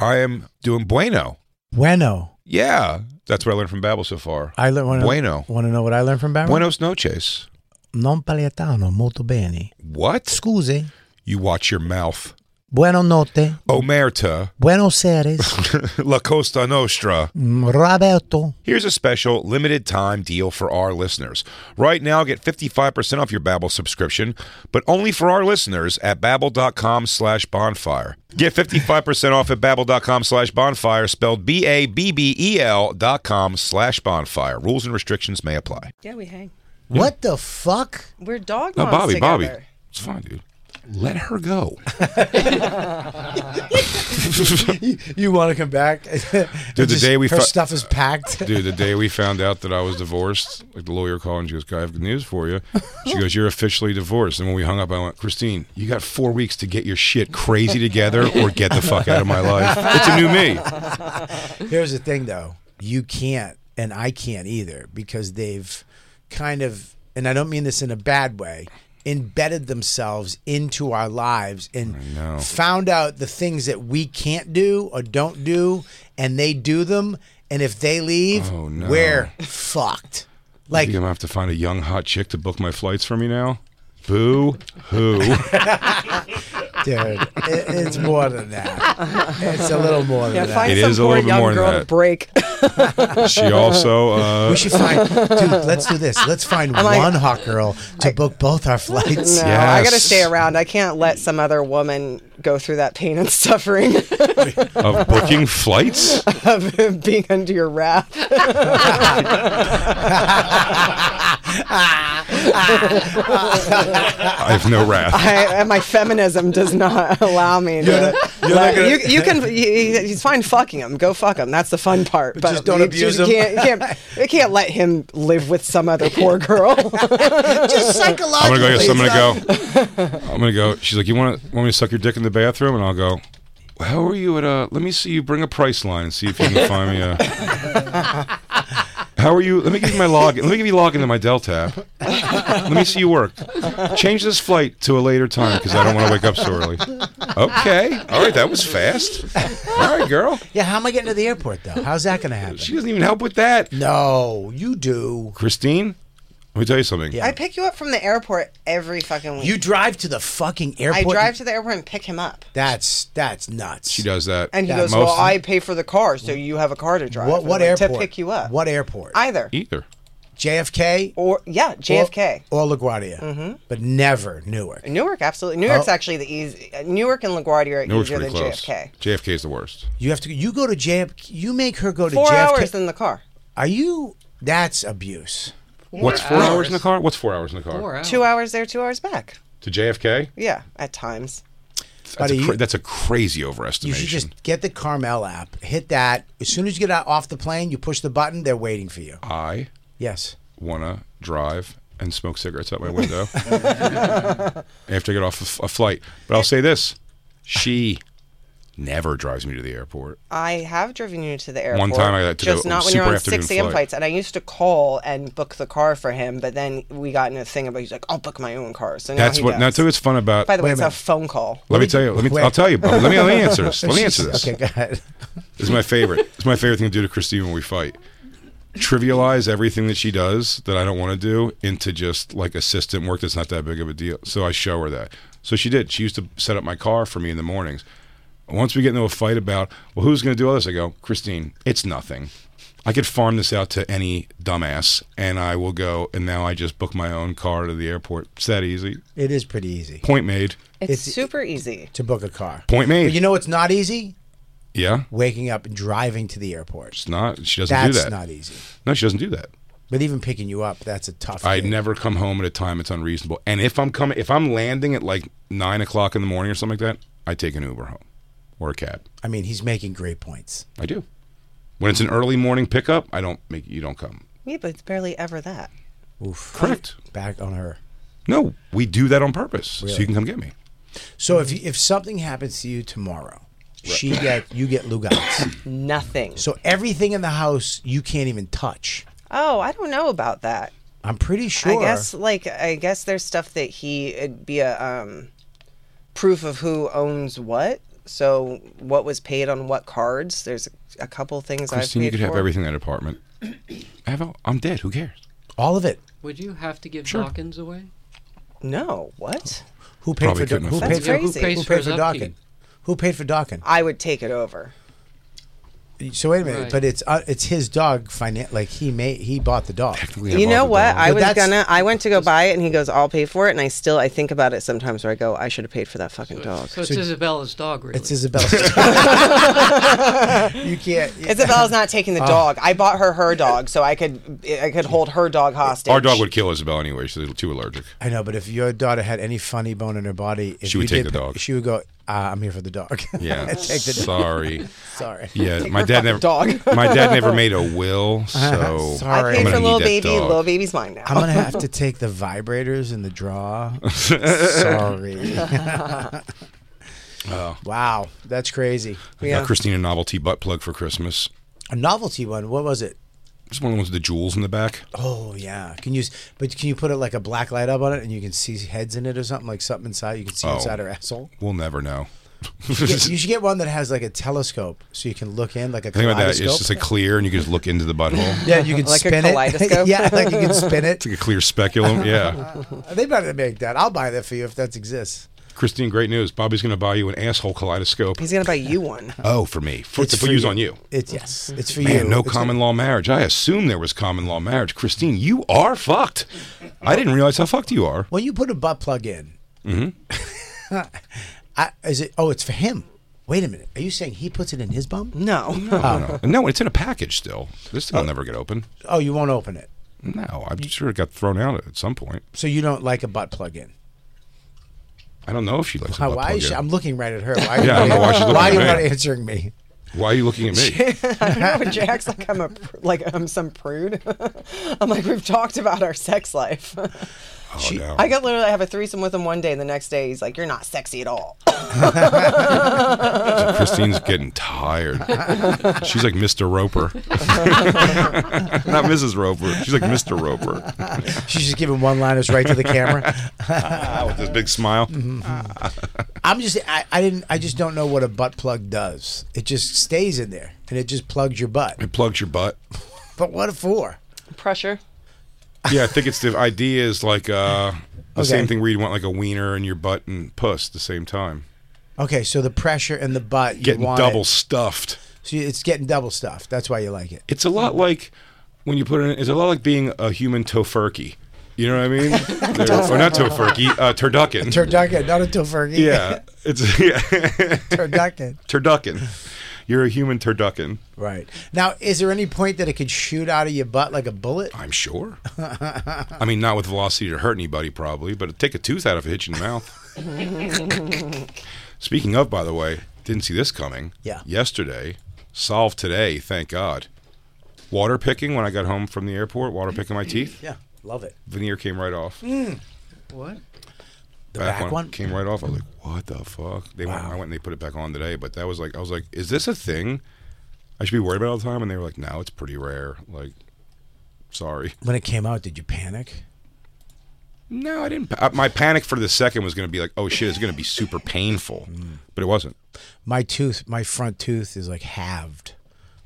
[SPEAKER 1] I am doing bueno.
[SPEAKER 2] Bueno.
[SPEAKER 1] Yeah, that's what I learned from Babbel so far.
[SPEAKER 2] I learned
[SPEAKER 1] wanna- Bueno.
[SPEAKER 2] Want to know what I learned from Barry?
[SPEAKER 1] Buenos noches.
[SPEAKER 2] Non paliatano, molto bene.
[SPEAKER 1] What?
[SPEAKER 2] Scusi.
[SPEAKER 1] You watch your mouth.
[SPEAKER 2] Buenos notte.
[SPEAKER 1] Omerta,
[SPEAKER 2] Buenos Aires.
[SPEAKER 1] La Costa Nostra.
[SPEAKER 2] Roberto.
[SPEAKER 1] Here's a special limited time deal for our listeners. Right now, get 55% off your Babbel subscription, but only for our listeners at babbel.com slash bonfire. Get 55% off at babbel.com slash bonfire, spelled B-A-B-B-E-L E dot com slash bonfire. Rules and restrictions may apply.
[SPEAKER 5] Yeah, we hang.
[SPEAKER 2] What the fuck?
[SPEAKER 5] We're dog
[SPEAKER 1] No,
[SPEAKER 5] moms
[SPEAKER 1] Bobby,
[SPEAKER 5] together.
[SPEAKER 1] Bobby. It's fine, dude. Let her go.
[SPEAKER 2] You want to come back?
[SPEAKER 1] the day we
[SPEAKER 2] her
[SPEAKER 1] fu-
[SPEAKER 2] stuff is packed.
[SPEAKER 1] Dude, the day we found out that I was divorced, like the lawyer called and she goes, "Guy, I have good news for you." She goes, "You're officially divorced." And when we hung up, I went, "Christine, you got four weeks to get your shit crazy together, or get the fuck out of my life. It's a new me."
[SPEAKER 2] Here's the thing, though. You can't, and I can't either, because they've kind of, and I don't mean this in a bad way, embedded themselves into our lives and found out the things that we can't do or don't do, and they do them. And if they leave,
[SPEAKER 1] Oh, no.
[SPEAKER 2] we're fucked.
[SPEAKER 1] I
[SPEAKER 2] Like,
[SPEAKER 1] think I'm gonna have to find a young hot chick to book my flights for me now. Boo hoo.
[SPEAKER 2] dude, it, it's more than that. It's a little more than
[SPEAKER 5] Yeah,
[SPEAKER 2] that.
[SPEAKER 5] find
[SPEAKER 1] It
[SPEAKER 5] some
[SPEAKER 1] is a
[SPEAKER 5] poor
[SPEAKER 1] little bit
[SPEAKER 5] young
[SPEAKER 1] more than
[SPEAKER 5] girl to
[SPEAKER 1] that.
[SPEAKER 5] break.
[SPEAKER 1] She also. Uh,
[SPEAKER 2] We should find, dude. Let's do this. Let's find
[SPEAKER 5] like-
[SPEAKER 2] one hot girl to book both our flights.
[SPEAKER 5] No, I gotta
[SPEAKER 1] Yes.
[SPEAKER 5] stay around. I can't let some other woman go through that pain and suffering
[SPEAKER 1] of booking flights?
[SPEAKER 5] of being under your wrath.
[SPEAKER 1] I have no wrath.
[SPEAKER 5] I, uh, my feminism does not allow me to. But you, you can. You, you- it's fine fucking him. Go fuck him. That's the fun part. But,
[SPEAKER 2] just don't
[SPEAKER 5] you
[SPEAKER 2] abuse
[SPEAKER 5] you
[SPEAKER 2] him.
[SPEAKER 5] Can't, you can't, you can't let him live with some other poor girl.
[SPEAKER 2] Just
[SPEAKER 1] I'm
[SPEAKER 2] psychologically.
[SPEAKER 1] gonna go. Yes, I'm gonna go. I'm gonna go. She's like, you want want me to suck your dick in the bathroom? And I'll go. How are you at? Uh, let me see you bring a price line and see if you can find me. A, how are you? Let me give you my login. Let me give you login to my Dell tab. Let me see you work. Change this flight to a later time because I don't want to wake up so early. Okay. All right. That was fast. All right, girl.
[SPEAKER 2] Yeah, how am I getting to the airport though? How's that gonna happen?
[SPEAKER 1] She doesn't even help with that.
[SPEAKER 2] No, you do.
[SPEAKER 1] Christine, Let me tell you something.
[SPEAKER 5] I pick you up from the airport every fucking week.
[SPEAKER 2] You drive to the fucking
[SPEAKER 5] I
[SPEAKER 2] airport.
[SPEAKER 5] drive to the airport and pick him up.
[SPEAKER 2] That's that's nuts.
[SPEAKER 1] She does that.
[SPEAKER 5] And he
[SPEAKER 1] Yeah,
[SPEAKER 5] goes,
[SPEAKER 1] most
[SPEAKER 5] Well, I pay for the car, so you have a car to drive.
[SPEAKER 2] What
[SPEAKER 5] I'm
[SPEAKER 2] what
[SPEAKER 5] like,
[SPEAKER 2] airport?
[SPEAKER 5] To pick you up.
[SPEAKER 2] What airport?
[SPEAKER 5] Either.
[SPEAKER 1] either.
[SPEAKER 2] JFK or
[SPEAKER 5] Or, yeah, JFK.
[SPEAKER 2] or LaGuardia,
[SPEAKER 5] Mm-hmm.
[SPEAKER 2] but never Newark.
[SPEAKER 5] Newark, absolutely. Newark's actually the easy. Newark and LaGuardia are
[SPEAKER 1] oh. Newark's
[SPEAKER 5] easier
[SPEAKER 1] pretty
[SPEAKER 5] than
[SPEAKER 1] close.
[SPEAKER 5] JFK.
[SPEAKER 1] JFK is the worst.
[SPEAKER 2] You have to you go to JFK. You make her go to
[SPEAKER 5] Four
[SPEAKER 2] JFK.
[SPEAKER 5] hours in the car.
[SPEAKER 2] Are you? That's abuse.
[SPEAKER 1] What's four hours in the car? What's four hours in the car?
[SPEAKER 3] Four hours.
[SPEAKER 5] Two hours there, two hours back.
[SPEAKER 1] To JFK?
[SPEAKER 5] Yeah, at times.
[SPEAKER 1] That's,
[SPEAKER 2] Buddy,
[SPEAKER 1] a,
[SPEAKER 2] you-
[SPEAKER 1] cra- that's a crazy
[SPEAKER 2] You should
[SPEAKER 1] overestimation.
[SPEAKER 2] just get the Carmel app. Hit that as soon as you get out off the plane. You push the button. They're waiting for you.
[SPEAKER 1] I
[SPEAKER 2] Yes.
[SPEAKER 1] want to drive and smoke cigarettes out my window after I get off a f- a flight. But I'll say this she never drives me to the airport.
[SPEAKER 5] I have driven you to the airport.
[SPEAKER 1] One time I got to
[SPEAKER 5] just
[SPEAKER 1] go-
[SPEAKER 5] not when
[SPEAKER 1] super
[SPEAKER 5] you're on
[SPEAKER 1] afternoon
[SPEAKER 5] six a.m.
[SPEAKER 1] flight.
[SPEAKER 5] flights. And I used to call and book the car for him, but then we got in a thing about he's like, "I'll book my own car." So now
[SPEAKER 1] That's
[SPEAKER 5] he
[SPEAKER 1] what
[SPEAKER 5] does.
[SPEAKER 1] that's what's fun about.
[SPEAKER 5] By the
[SPEAKER 2] Wait
[SPEAKER 5] way,
[SPEAKER 2] a
[SPEAKER 5] it's a
[SPEAKER 2] minute.
[SPEAKER 5] phone call.
[SPEAKER 1] let me tell you. Let me.
[SPEAKER 2] Wait.
[SPEAKER 1] I'll tell you. Bob. Let me. Let me answer this. Let me answer this.
[SPEAKER 2] Okay, go ahead.
[SPEAKER 1] This is my favorite. It's my favorite thing to do to Christine when we fight. Trivialize everything that she does that I don't want to do into just like assistant work that's not that big of a deal. So I show her that. So she did. She used to set up my car for me in the mornings. Once we get into a fight about, well, who's going to do all this? I go, Christine, it's nothing. I could farm this out to any dumbass, and I will go. And now I just book my own car to the airport. It's that easy.
[SPEAKER 2] It is pretty easy
[SPEAKER 1] Point made.
[SPEAKER 5] It's, super easy.
[SPEAKER 2] to book a car.
[SPEAKER 1] Point
[SPEAKER 2] But
[SPEAKER 1] made.
[SPEAKER 2] you know what's not easy?
[SPEAKER 1] yeah,
[SPEAKER 2] Waking up and driving to the airport.
[SPEAKER 1] it's not. She doesn't
[SPEAKER 2] That's
[SPEAKER 1] do that.
[SPEAKER 2] not easy.
[SPEAKER 1] no, she doesn't do that.
[SPEAKER 2] But even picking you up, that's a tough.
[SPEAKER 1] I
[SPEAKER 2] gig.
[SPEAKER 1] never come home at a time it's unreasonable. And if I'm coming, if I'm landing at like nine o'clock in the morning or something like that, I take an Uber home or a cab.
[SPEAKER 2] I mean, he's making great points.
[SPEAKER 1] I do. When it's an early morning pickup, I don't make you don't come.
[SPEAKER 5] Yeah, but it's barely ever that.
[SPEAKER 2] Oof.
[SPEAKER 1] Correct.
[SPEAKER 2] Back on her.
[SPEAKER 1] No, we do that on purpose so you can come get me.
[SPEAKER 2] So if you, if something happens to you tomorrow, she get you get Lou Geitz.
[SPEAKER 5] Nothing.
[SPEAKER 2] so everything in the house you can't even touch.
[SPEAKER 5] oh, I don't know about that.
[SPEAKER 2] I'm pretty sure.
[SPEAKER 5] I guess like I guess there's stuff that he it'd be a um, proof of who owns what. So what was paid on what cards? There's a couple things
[SPEAKER 1] Christine,
[SPEAKER 5] I've paid
[SPEAKER 1] you could have
[SPEAKER 5] for.
[SPEAKER 1] everything in that apartment. I have all, I'm dead. Who cares?
[SPEAKER 2] all of it.
[SPEAKER 3] Would you have to give Dawkins away?
[SPEAKER 5] No, what?
[SPEAKER 1] Oh.
[SPEAKER 2] Who paid
[SPEAKER 1] Probably
[SPEAKER 2] for
[SPEAKER 1] couldn't
[SPEAKER 2] Dawkins? Who
[SPEAKER 1] afford
[SPEAKER 2] paid for
[SPEAKER 5] it. That's crazy.
[SPEAKER 2] Who,
[SPEAKER 3] Who pays for
[SPEAKER 2] paid
[SPEAKER 3] his
[SPEAKER 2] for
[SPEAKER 3] upkeep?
[SPEAKER 2] Dawkins? Who paid for Dawkins?
[SPEAKER 5] I would take it over.
[SPEAKER 2] So wait a minute,
[SPEAKER 3] Right.
[SPEAKER 2] but it's uh, it's his dog. Finan- like he made he bought the dog.
[SPEAKER 5] you know what? I
[SPEAKER 2] But
[SPEAKER 5] was
[SPEAKER 2] that's-
[SPEAKER 5] gonna. I went to go buy it, and he goes, "I'll pay for it." And I still, I think about it sometimes, where I go, "I should have paid for that fucking dog."
[SPEAKER 3] So it's Isabella's dog, really.
[SPEAKER 2] It's Isabella's. dog. you can't.
[SPEAKER 5] Isabella's not taking
[SPEAKER 1] Ah.
[SPEAKER 5] the dog. I bought her her dog, so I could, I could hold her dog hostage.
[SPEAKER 1] Our dog would kill Isabel anyway. She's too allergic.
[SPEAKER 2] I know, but if your daughter had any funny bone in her body, if
[SPEAKER 1] She would
[SPEAKER 2] you
[SPEAKER 1] take
[SPEAKER 2] did-
[SPEAKER 1] the dog.
[SPEAKER 2] She would go. "Ah, I'm here for the dog.
[SPEAKER 1] Yeah.
[SPEAKER 2] take the dog.
[SPEAKER 1] Sorry.
[SPEAKER 2] Sorry.
[SPEAKER 1] Yeah, my dad never.
[SPEAKER 5] dog.
[SPEAKER 1] my dad never made a will, so
[SPEAKER 5] I
[SPEAKER 2] Uh, Sorry.
[SPEAKER 1] I'm gonna
[SPEAKER 5] paid for
[SPEAKER 1] need
[SPEAKER 5] little
[SPEAKER 1] that
[SPEAKER 5] baby.
[SPEAKER 1] dog.
[SPEAKER 5] Little baby's mine now.
[SPEAKER 2] I'm gonna have to take the vibrators and the draw. Sorry.
[SPEAKER 1] Oh.
[SPEAKER 2] Wow, that's crazy.
[SPEAKER 1] I
[SPEAKER 5] Yeah.
[SPEAKER 1] got Christine a novelty butt plug for Christmas.
[SPEAKER 2] A novelty one. What was it?
[SPEAKER 1] It's one of the ones with the jewels in the back.
[SPEAKER 2] Oh yeah. Can you? s- But can you put it like a black light up on it, and you can see heads in it or something like something inside? You can see
[SPEAKER 1] Oh.
[SPEAKER 2] inside her asshole.
[SPEAKER 1] We'll never know.
[SPEAKER 2] Yeah, you should get one that has like a telescope, so you can look in like a
[SPEAKER 1] Think about that. It's
[SPEAKER 2] kaleidoscope.
[SPEAKER 1] just like clear, and you can just look into the butthole.
[SPEAKER 2] yeah, you can
[SPEAKER 5] Like a
[SPEAKER 2] spin it.
[SPEAKER 5] kaleidoscope?
[SPEAKER 2] yeah, like you can spin it.
[SPEAKER 1] Like a clear speculum. Yeah.
[SPEAKER 2] They better make that. I'll buy that for you if that exists.
[SPEAKER 1] Christine, great news. Bobby's going to buy you an asshole kaleidoscope.
[SPEAKER 5] He's gonna buy you one.
[SPEAKER 1] Oh, for me. For,
[SPEAKER 2] It's
[SPEAKER 1] to
[SPEAKER 2] for
[SPEAKER 1] use
[SPEAKER 2] you.
[SPEAKER 1] on you.
[SPEAKER 2] It's yes, it's for you.
[SPEAKER 1] Man, no
[SPEAKER 2] It's
[SPEAKER 1] common law marriage. I assume there was common law marriage. Christine, you are fucked. I didn't realize how fucked you are.
[SPEAKER 2] Like, when you put a butt plug in,
[SPEAKER 1] Mm-hmm.
[SPEAKER 2] I, is it? Oh, it's for him. Wait a minute. Are you saying he puts it in his bum?
[SPEAKER 5] No,
[SPEAKER 1] I don't know. No, it's in a package still. This thing will never get open.
[SPEAKER 2] Oh, you won't open it.
[SPEAKER 1] No, I'm sure it got thrown out at some point.
[SPEAKER 2] So you don't like a butt plug in.
[SPEAKER 1] I don't know if she likes a
[SPEAKER 2] Why,
[SPEAKER 1] butt
[SPEAKER 2] why
[SPEAKER 1] plug
[SPEAKER 2] is she,
[SPEAKER 1] in.
[SPEAKER 2] I'm looking right at her. Why,
[SPEAKER 1] Yeah, I don't know why she's looking
[SPEAKER 2] are
[SPEAKER 1] at
[SPEAKER 2] you
[SPEAKER 1] me.
[SPEAKER 2] not answering me?
[SPEAKER 1] Why are you looking at me?
[SPEAKER 5] I know Jack's like I'm a pr- like I'm some prude. I'm like we've talked about our sex life.
[SPEAKER 1] Oh, no.
[SPEAKER 5] I got literally I have a threesome with him one day, and the next day he's like, "You're not sexy at all."
[SPEAKER 1] Christine's getting tired. She's like Mr. Roper. Not Mrs. Roper. She's like Mr. Roper.
[SPEAKER 2] She's just giving one liners right to the camera.
[SPEAKER 1] Ah, with this big smile.
[SPEAKER 2] Mm-hmm. I'm just I, I didn't I just don't know what a butt plug does. It just stays in there and it just plugs your butt.
[SPEAKER 1] It plugs your butt.
[SPEAKER 2] But what for?
[SPEAKER 5] Pressure.
[SPEAKER 1] Yeah, I think it's the idea is like uh, the
[SPEAKER 2] Okay.
[SPEAKER 1] same thing where you want like a wiener in your butt and puss at the same time.
[SPEAKER 2] Okay, so the pressure in the butt. you
[SPEAKER 1] Getting
[SPEAKER 2] want
[SPEAKER 1] double
[SPEAKER 2] It.
[SPEAKER 1] stuffed.
[SPEAKER 2] So it's getting double stuffed. That's why you like it.
[SPEAKER 1] It's a lot like when you put it in, it's a lot like being a human tofurkey. You know what I mean? There- or not tofurkey, uh, turducken.
[SPEAKER 2] Turducken, not a tofurkey.
[SPEAKER 1] yeah, it's yeah,
[SPEAKER 2] turducken.
[SPEAKER 1] turducken. You're a human turducken.
[SPEAKER 2] Right. Now, is there any point that it could shoot out of your butt like a bullet?
[SPEAKER 1] I'm sure. I mean, not with velocity to hurt anybody, probably, but it'd take a tooth out of a hitch in the mouth. Speaking of, by the way, didn't see this coming.
[SPEAKER 2] Yeah.
[SPEAKER 1] Yesterday, solved today, thank God. Water picking when I got home from the airport, water picking my teeth,
[SPEAKER 2] Yeah. Love it.
[SPEAKER 1] veneer came right off.
[SPEAKER 3] What?
[SPEAKER 2] The Mm. back, one?
[SPEAKER 1] came right off. I was like, "What the fuck?" They went, I went and they put it back on today, but that was like, I was like, "Is this a thing I should be worried about all the time?" And they were like, "No, it's pretty rare." Like, sorry.
[SPEAKER 2] When it came out, did you panic?
[SPEAKER 1] No, I didn't. pa- uh, My panic for the second was going to be like, "Oh shit, it's going to be super painful," but it wasn't.
[SPEAKER 2] My tooth, my front tooth is like halved.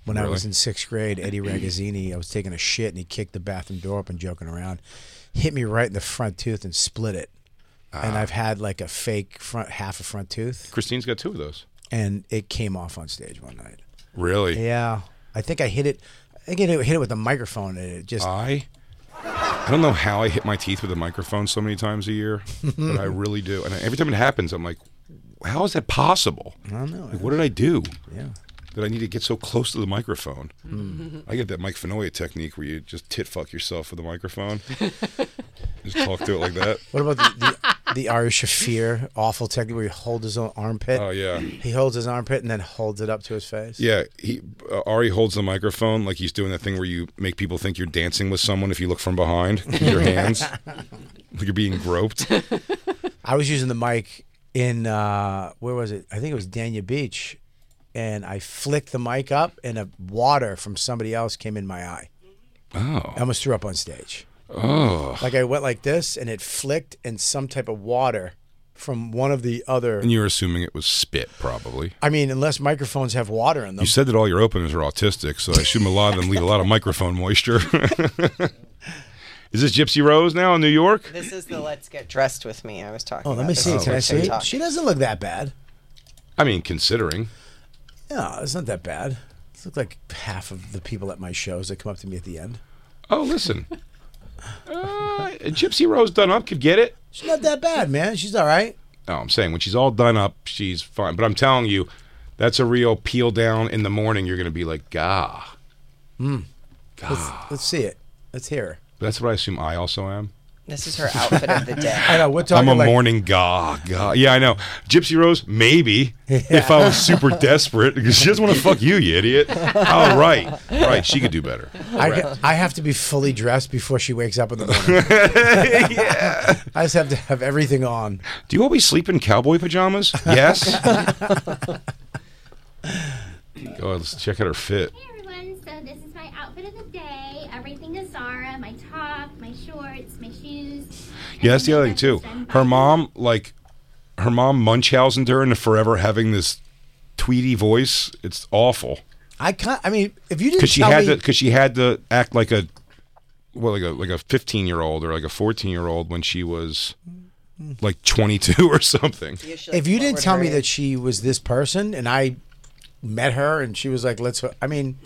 [SPEAKER 2] When I was
[SPEAKER 1] Really?
[SPEAKER 2] in sixth grade, Eddie Ragazzini, I was taking a shit and he kicked the bathroom door open, joking around, hit me right in the front tooth and split it.
[SPEAKER 1] Ah.
[SPEAKER 2] And I've had like a fake front, half a front tooth,
[SPEAKER 1] Christine's got two of those.
[SPEAKER 2] and it came off on stage one night.
[SPEAKER 1] Really?
[SPEAKER 2] Yeah, I think I hit it. I think I hit it with a microphone, and it just
[SPEAKER 1] I I don't know how I hit my teeth with a microphone so many times a year, but I really do. And every time it happens, I'm like, "How is that possible?" I don't know. what did I do?
[SPEAKER 2] yeah.
[SPEAKER 1] that I need to get so close to the microphone. I get that Mike Fenoya technique where you just tit fuck yourself with the microphone. just talk to it like that.
[SPEAKER 2] What about the the, the Ari Shafir awful technique where he holds his own armpit?
[SPEAKER 1] Oh yeah,
[SPEAKER 2] He holds his armpit and then holds it up to his face.
[SPEAKER 1] yeah. He uh, Ari holds the microphone like he's doing that thing where you make people think you're dancing with someone if you look from behind with your hands, like you're being groped.
[SPEAKER 2] I was using the mic in uh, where was it? I think it was Dania Beach, and I flicked the mic up, and a water from somebody else came in my eye.
[SPEAKER 1] Oh,
[SPEAKER 2] I almost threw up on stage.
[SPEAKER 1] oh.
[SPEAKER 2] Like I went like this, and it flicked, and some type of water from one of the other.
[SPEAKER 1] And you're assuming it was spit, probably.
[SPEAKER 2] I mean, unless microphones have water in them.
[SPEAKER 1] You said that all your openers are autistic, so I assume a lot of them leave a lot of microphone moisture. Is this Gypsy Rose now in New York?
[SPEAKER 5] This is the let's get dressed with me I was talking
[SPEAKER 2] Oh,
[SPEAKER 5] about.
[SPEAKER 2] let me
[SPEAKER 5] This
[SPEAKER 2] see.
[SPEAKER 5] is
[SPEAKER 2] Can
[SPEAKER 5] her
[SPEAKER 2] I see?
[SPEAKER 5] TikTok.
[SPEAKER 2] She doesn't look that bad.
[SPEAKER 1] I mean, considering.
[SPEAKER 2] No, it's not that bad. It's look like half of the people at my shows that come up to me at the end.
[SPEAKER 1] Oh, listen. Uh, a Gypsy Rose done up could get it.
[SPEAKER 2] She's not that bad, man. She's all right.
[SPEAKER 1] No, I'm saying when she's all done up, she's fine. But I'm telling you, that's a real peel down in the morning. You're going to be like, gah.
[SPEAKER 2] Let's, let's see it. Let's hear her.
[SPEAKER 1] That's what I assume I also am.
[SPEAKER 5] This is her outfit of the day.
[SPEAKER 2] I know. We're talking
[SPEAKER 1] I'm a
[SPEAKER 2] like
[SPEAKER 1] morning gah, gah. Yeah, I know. Gypsy Rose, maybe. If I was super desperate, because she doesn't want to fuck you, you idiot. Oh, right. Right. She could do better.
[SPEAKER 2] I,
[SPEAKER 1] Right.
[SPEAKER 2] ca- I have to be fully dressed before she wakes up in the morning. I just have to have everything on.
[SPEAKER 1] Do you always sleep in cowboy pajamas? Yes. Go ahead, let's check out her fit.
[SPEAKER 7] Hey everyone, so this is my outfit of the day. Everything is Zara, my top, my shorts, my shoes.
[SPEAKER 1] Yeah, that's the other thing too. Her mom, like, her mom Munchausen her into forever having this tweety voice. It's awful
[SPEAKER 2] I can't. I mean, if you didn't
[SPEAKER 1] because she
[SPEAKER 2] tell
[SPEAKER 1] had
[SPEAKER 2] me,
[SPEAKER 1] to because she had to act like a well, like a like a fifteen year old or like a fourteen year old when she was like twenty two or something.
[SPEAKER 2] if you didn't tell me that she was this person, and I met her, and she was like, "Let's," I mean,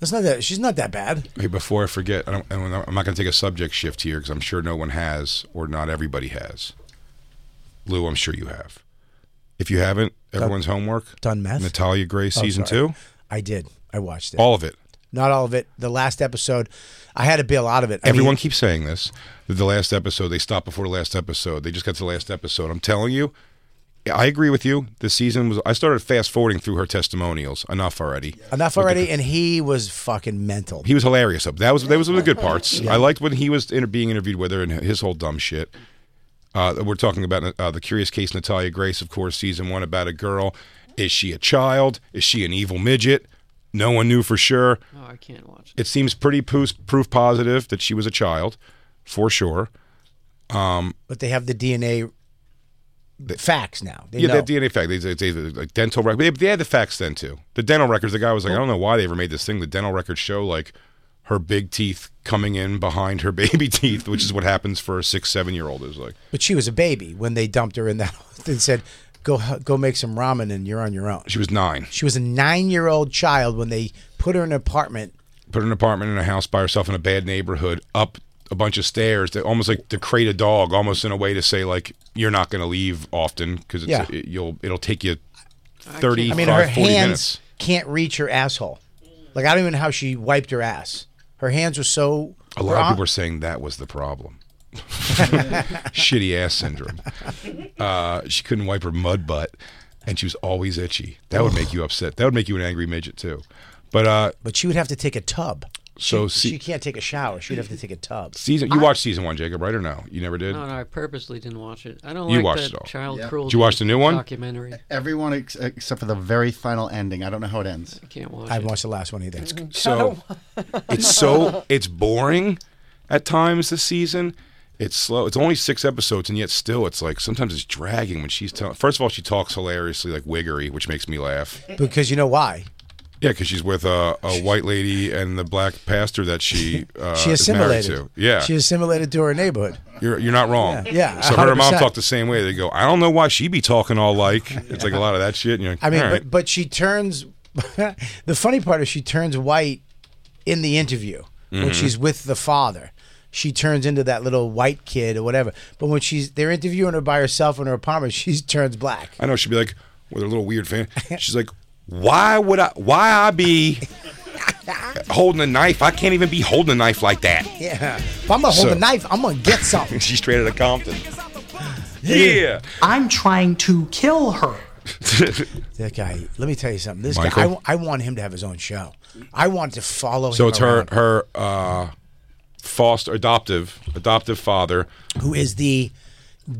[SPEAKER 2] that's not that. She's not that bad.
[SPEAKER 1] Hey, before I forget, I don't, I'm not- I'm not going to take a subject shift here because I'm sure no one has or not everybody has. Lou, I'm sure you have. If you haven't, everyone's homework.
[SPEAKER 2] done meth?
[SPEAKER 1] Natalia Gray, season
[SPEAKER 2] sorry.
[SPEAKER 1] two,
[SPEAKER 2] I did. I watched it.
[SPEAKER 1] all of it.
[SPEAKER 2] Not all of it. The last episode, I had to bail out of it. I mean,
[SPEAKER 1] Everyone keeps saying this. That the last episode, they stopped before the last episode. They just got to the last episode. I'm telling you, I agree with you. This season was. I started fast forwarding through her testimonials. Enough already.
[SPEAKER 2] enough already, and he was fucking mental.
[SPEAKER 1] He was hilarious. Up that was that was one of the good parts. I liked when he was inter- being interviewed with her and his whole dumb shit. Uh, we're talking about uh, the Curious Case Natalia Grace, of course, season one about a girl. Is she a child? Is she an evil midget? No one knew for sure.
[SPEAKER 3] Oh, I can't watch.
[SPEAKER 1] It seems pretty proof, proof positive that she was a child, for sure.
[SPEAKER 2] but they have the DNA facts now. They
[SPEAKER 1] Yeah,
[SPEAKER 2] know.
[SPEAKER 1] that DNA fact. They, they, they, like dental record. They, they had the facts then too. The dental records. The guy was like, I don't know why they ever made this thing. The dental records show like her big teeth coming in behind her baby teeth, which is what happens for a six, seven year old. It was like,
[SPEAKER 2] But she was a baby when they dumped her in that and said, "Go go make some ramen and you're on your own."
[SPEAKER 1] she was nine.
[SPEAKER 2] She was a nine-year-old child when they put her in an apartment.
[SPEAKER 1] Put an apartment in a house by herself in a bad neighborhood, up a bunch of stairs, to, almost like to crate a dog, almost in a way to say, like, you're not going to leave often because
[SPEAKER 2] Yeah.
[SPEAKER 1] it, you'll it'll take you 30,
[SPEAKER 2] I mean, her
[SPEAKER 1] 40
[SPEAKER 2] hands
[SPEAKER 1] minutes.
[SPEAKER 2] can't reach her asshole. Like I don't even know how she wiped her ass. Her hands were so.
[SPEAKER 1] A lot of
[SPEAKER 2] her-
[SPEAKER 1] people are saying that was the problem. Shitty ass syndrome. Uh, she couldn't wipe her mud butt, and she was always itchy. That would make you upset. That would make you an angry midget too. But uh,
[SPEAKER 2] But she would have to take a tub.
[SPEAKER 1] so
[SPEAKER 2] she,
[SPEAKER 1] se-
[SPEAKER 2] she can't take a shower. She'd have to take a tub.
[SPEAKER 1] season, you watched season one, Jacob, right or no? You never did.
[SPEAKER 3] No, no, I purposely didn't watch it. I don't
[SPEAKER 1] You
[SPEAKER 3] like
[SPEAKER 1] watched
[SPEAKER 3] that
[SPEAKER 1] it all.
[SPEAKER 3] child
[SPEAKER 6] Yeah.
[SPEAKER 3] cruelty.
[SPEAKER 1] Did you watch the new one?
[SPEAKER 3] Documentary.
[SPEAKER 6] Everyone ex- except for the very final ending. I don't know how it ends.
[SPEAKER 3] I can't watch
[SPEAKER 2] I haven't
[SPEAKER 3] it.
[SPEAKER 2] watched the last one either.
[SPEAKER 1] So it's so it's boring at times this season. It's slow. It's only six episodes, and yet still, it's like sometimes it's dragging when she's telling. First of all, she talks hilariously, like wiggery, which makes me laugh.
[SPEAKER 2] because you know why?
[SPEAKER 1] Yeah, because she's with a, a white lady and the black pastor that she uh,
[SPEAKER 2] She
[SPEAKER 1] is married
[SPEAKER 2] assimilated.
[SPEAKER 1] to. Yeah,
[SPEAKER 2] She assimilated to her neighborhood.
[SPEAKER 1] you're you're not wrong.
[SPEAKER 2] Yeah, yeah,
[SPEAKER 1] so her and her mom
[SPEAKER 2] 100%.
[SPEAKER 1] talked the same way. They go, I don't know why she be talking all like. It's like a lot of that shit. And you're like,
[SPEAKER 2] I mean,
[SPEAKER 1] all right.
[SPEAKER 2] but, but she turns. the funny part is she turns white in the interview
[SPEAKER 1] Mm-hmm.
[SPEAKER 2] when she's with the father. She turns into that little white kid or whatever. But when she's they're interviewing her by herself in her apartment, she turns black.
[SPEAKER 1] I know she'd be like with her little weird fan. She's like, why would I? Why I be holding a knife? I can't even be holding a knife like that.
[SPEAKER 2] Yeah, if I'm gonna hold
[SPEAKER 1] So-
[SPEAKER 2] a knife, I'm gonna get something.
[SPEAKER 1] She's straight out of Compton. Yeah.
[SPEAKER 8] I'm trying to kill her.
[SPEAKER 2] that guy. Let me tell you something. This guy,
[SPEAKER 1] Michael?
[SPEAKER 2] I, wa- I want him to have his own show. I want to follow
[SPEAKER 1] So
[SPEAKER 2] him.
[SPEAKER 1] it's her
[SPEAKER 2] around,
[SPEAKER 1] her uh, foster adoptive adoptive father.
[SPEAKER 2] who is the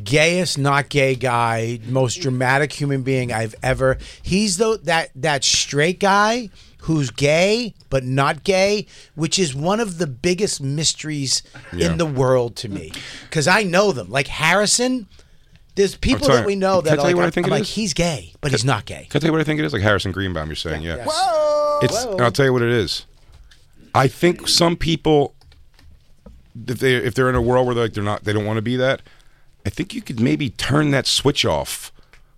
[SPEAKER 2] gayest, not gay guy, most dramatic human being I've ever. He's the that that straight guy who's gay but not gay, which is one of the biggest mysteries
[SPEAKER 1] Yeah.
[SPEAKER 2] in the world to me because I know them. Like Harrison, there's people
[SPEAKER 1] sorry,
[SPEAKER 2] that we know
[SPEAKER 1] can I
[SPEAKER 2] that
[SPEAKER 1] tell
[SPEAKER 2] are like,
[SPEAKER 1] you what I
[SPEAKER 2] I'm-
[SPEAKER 1] think
[SPEAKER 2] I'm
[SPEAKER 1] it
[SPEAKER 2] like
[SPEAKER 1] is?
[SPEAKER 2] he's gay, but he's not gay.
[SPEAKER 1] Can I tell you what I think it is? Like Harrison Greenbaum, you're saying, yeah.
[SPEAKER 2] Whoa.
[SPEAKER 1] It's. and I'll tell you what it is. I think some people, if they if they're in a world where they're like they're not they don't want to be that, I think you could maybe turn that switch off,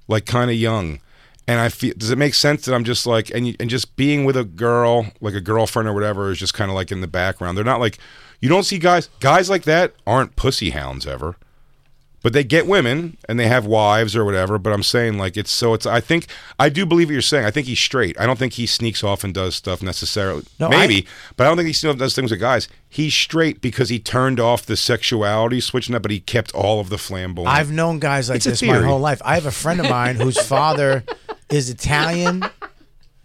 [SPEAKER 1] like kind of young. And I feel does it make sense that I'm just like and you, and just being with a girl like a girlfriend or whatever is just kind of like in the background. They're not like you don't see guys guys like that aren't pussy hounds ever but they get women and they have wives or whatever. But I'm saying like it's so it's I think I do believe what you're saying. I think he's straight. I don't think he sneaks off and does stuff necessarily.
[SPEAKER 2] No,
[SPEAKER 1] Maybe, but I don't think he still does things with guys. He's straight because he turned off the sexuality switching up, but he kept all of the flamboyant.
[SPEAKER 2] I've known guys like
[SPEAKER 1] It's a
[SPEAKER 2] this my
[SPEAKER 1] theory.
[SPEAKER 2] whole life. I have a friend of mine whose father is Italian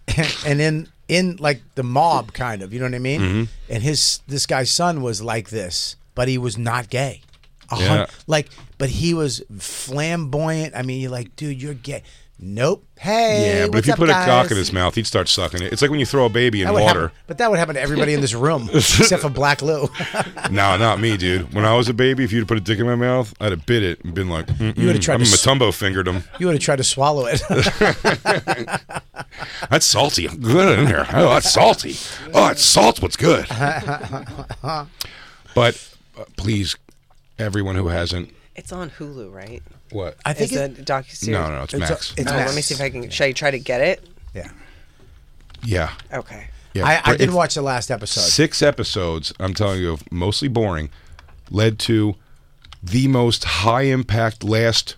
[SPEAKER 2] and in in like the mob kind of, you know what I mean?
[SPEAKER 1] Mm-hmm.
[SPEAKER 2] And his this guy's son was like this, but he was not gay. A hun-
[SPEAKER 1] Yeah.
[SPEAKER 2] Like but he was flamboyant. I mean, you're like, dude, you're gay. Nope. Hey.
[SPEAKER 1] yeah, but if
[SPEAKER 2] what's
[SPEAKER 1] you
[SPEAKER 2] up,
[SPEAKER 1] put
[SPEAKER 2] guys?
[SPEAKER 1] a cock in his mouth, he'd start sucking it. It's like when you throw a baby in
[SPEAKER 2] That would
[SPEAKER 1] water.
[SPEAKER 2] happen, but that would happen to everybody in this room except for Black Lou.
[SPEAKER 1] No, not me, dude. When I was a baby, if you'd put a dick in my mouth, I'd have bit it and been like, you
[SPEAKER 2] would've tried
[SPEAKER 1] I'm
[SPEAKER 2] to s-
[SPEAKER 1] Matumbo fingered him.
[SPEAKER 2] you would have tried to swallow it.
[SPEAKER 1] That's salty. I'm good in here. Oh, that's salty. Oh, it's salt. What's good? but uh, please, everyone who hasn't
[SPEAKER 5] It's on Hulu, right?
[SPEAKER 1] what?
[SPEAKER 2] I think it-
[SPEAKER 5] it's a docu series.
[SPEAKER 1] no, no, it's,
[SPEAKER 2] it's a-
[SPEAKER 1] Max.
[SPEAKER 2] it's
[SPEAKER 5] Oh,
[SPEAKER 2] Max.
[SPEAKER 5] let me see if I can. Should I try to get it?
[SPEAKER 2] yeah.
[SPEAKER 1] yeah,
[SPEAKER 5] Okay.
[SPEAKER 1] yeah.
[SPEAKER 2] I, I
[SPEAKER 1] But
[SPEAKER 2] did
[SPEAKER 1] it's
[SPEAKER 2] watch the last episode.
[SPEAKER 1] six episodes. I'm telling you, of mostly boring, led to the most high impact last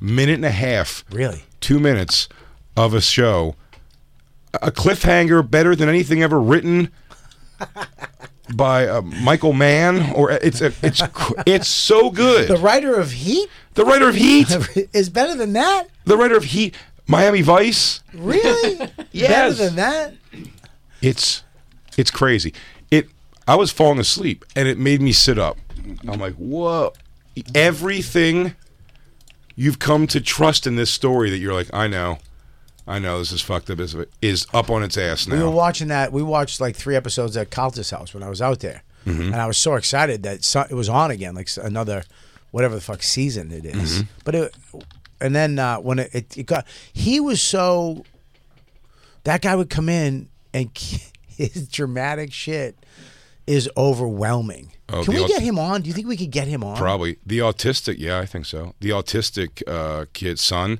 [SPEAKER 1] minute and a half.
[SPEAKER 2] Really?
[SPEAKER 1] two minutes of a show, a cliffhanger better than anything ever written by uh, Michael Mann, or it's a, it's cr- it's so good.
[SPEAKER 2] The writer of Heat
[SPEAKER 1] The writer of Heat,
[SPEAKER 2] is better than that?
[SPEAKER 1] the writer of Heat, Miami Vice.
[SPEAKER 2] Really? Better
[SPEAKER 1] Yes.
[SPEAKER 2] than that?
[SPEAKER 1] It's it's crazy. It I was falling asleep and it made me sit up. I'm like, whoa! Everything you've come to trust in this story that you're like, I know, I know this is fucked up. Is is up on its ass now.
[SPEAKER 2] We were watching that. We watched like three episodes at Caltus House when I was out there,
[SPEAKER 1] Mm-hmm.
[SPEAKER 2] and I was so excited that so, it was on again, like s- another whatever the fuck season it
[SPEAKER 1] Mm-hmm.
[SPEAKER 2] is. But it, and then uh, when it, it, it got, he was so that guy would come in and his dramatic shit is overwhelming.
[SPEAKER 1] Oh,
[SPEAKER 2] Can
[SPEAKER 1] the
[SPEAKER 2] we
[SPEAKER 1] aut-
[SPEAKER 2] get him on? Do you think we could get him on?
[SPEAKER 1] Probably the autistic. Yeah, I think so. The autistic uh, kid's son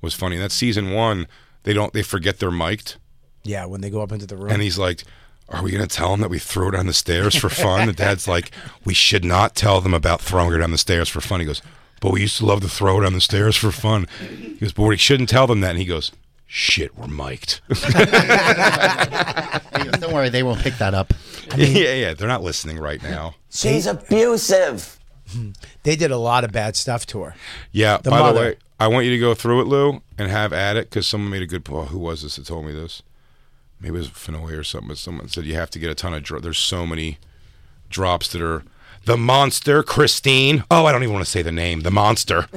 [SPEAKER 1] was funny. That's season one. They don't. They forget they're mic'd,
[SPEAKER 2] Yeah, when they go up into the room.
[SPEAKER 1] and he's like, "Are we gonna tell them that we threw her down the stairs for fun?" the dad's like, "We should not tell them about throwing her down the stairs for fun." He goes, "But we used to love to throw her down the stairs for fun." He goes, "But we shouldn't tell them that." And he goes, "Shit, we're mic'd."
[SPEAKER 6] Don't worry, they won't pick that up.
[SPEAKER 1] yeah, yeah, they're not listening right now.
[SPEAKER 2] She's abusive. They did a lot of bad stuff to her.
[SPEAKER 1] Yeah.
[SPEAKER 2] The
[SPEAKER 1] by
[SPEAKER 2] mother.
[SPEAKER 1] the way, I want you to go through it, Lou, and have at it because someone made a good point. Who was this that told me this? Maybe it was Fenoy or something. But someone said you have to get a ton of. Dro- There's so many drops that are the monster, Christine. Oh, I don't even want to say the name. The monster.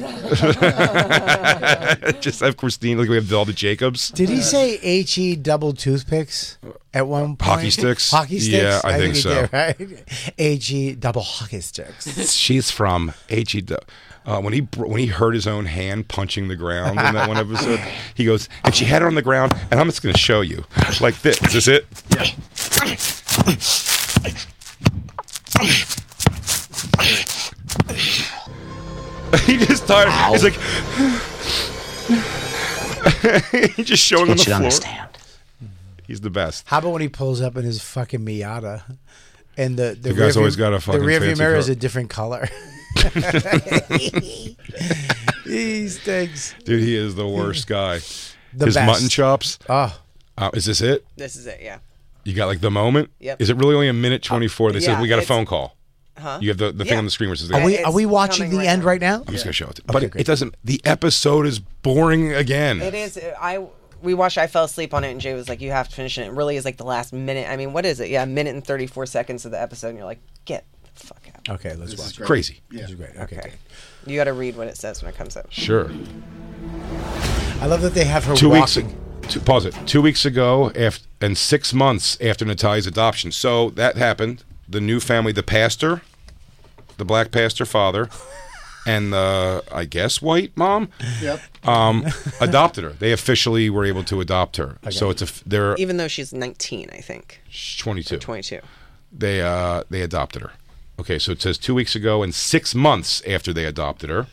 [SPEAKER 1] Just have Christine like we have Velda Jacobs.
[SPEAKER 2] Did he say H E double toothpicks at one point?
[SPEAKER 1] Hockey sticks?
[SPEAKER 2] Hockey sticks?
[SPEAKER 1] Yeah, I think
[SPEAKER 2] he
[SPEAKER 1] so.
[SPEAKER 2] did, right? H E double hockey sticks.
[SPEAKER 1] She's from H E. Uh, when he br- when he hurt his own hand punching the ground in that one episode, he goes and she had it on the ground, and I'm just going to show you like this. Is this it? Yeah. he just tired. He's like, he's just showing on
[SPEAKER 2] What
[SPEAKER 1] the
[SPEAKER 2] you
[SPEAKER 1] floor.
[SPEAKER 2] don't
[SPEAKER 1] He's the best.
[SPEAKER 2] How about when he pulls up in his fucking Miata, and the the,
[SPEAKER 1] The guy's
[SPEAKER 2] rearview-
[SPEAKER 1] always got a fucking
[SPEAKER 2] the rear view
[SPEAKER 1] fancy
[SPEAKER 2] mirror
[SPEAKER 1] car.
[SPEAKER 2] is a different color. he stinks.
[SPEAKER 1] Dude, he is the worst guy.
[SPEAKER 2] The
[SPEAKER 1] His
[SPEAKER 2] best.
[SPEAKER 1] mutton chops.
[SPEAKER 2] Oh.
[SPEAKER 1] Uh, is this it?
[SPEAKER 5] This is it, yeah.
[SPEAKER 1] You got like the moment.
[SPEAKER 5] Yep. Uh,
[SPEAKER 1] Is it really only a minute twenty four? They
[SPEAKER 5] yeah,
[SPEAKER 1] said we got a
[SPEAKER 5] it's-
[SPEAKER 1] phone call.
[SPEAKER 5] Huh?
[SPEAKER 1] You have the, the thing
[SPEAKER 5] Yeah.
[SPEAKER 1] on the screen which is.
[SPEAKER 2] Are we are we watching the end right now?
[SPEAKER 1] "Oh, I'm just gonna show it. to- But it, it doesn't. The episode is boring again.
[SPEAKER 5] It is. uh, I we watched. I fell asleep on it, and Jay was like, "You have to finish it." It really is like the last minute. I mean, what is it? Yeah, a minute and thirty four seconds of the episode, and you're like, "Get the fuck out."
[SPEAKER 2] Okay, let's watch. it.
[SPEAKER 1] Crazy.
[SPEAKER 2] This is great. Okay. good.
[SPEAKER 5] You got to read what it says when it comes up.
[SPEAKER 1] Sure.
[SPEAKER 2] I love that they have her
[SPEAKER 1] Two weeks.
[SPEAKER 2] walking.
[SPEAKER 1] ag- Two, pause it. Two weeks ago, after and six months after Natalia's adoption. So that happened. The new family, the pastor, the black pastor father, and the I guess white mom.
[SPEAKER 6] Yep.
[SPEAKER 1] Um, adopted her. They officially were able to adopt her. So it's a f- they're
[SPEAKER 5] Even though she's nineteen, I think.
[SPEAKER 1] She's 22.
[SPEAKER 5] 22.
[SPEAKER 1] They uh they adopted her. Okay, so it says 2 weeks ago and 6 months after they adopted her.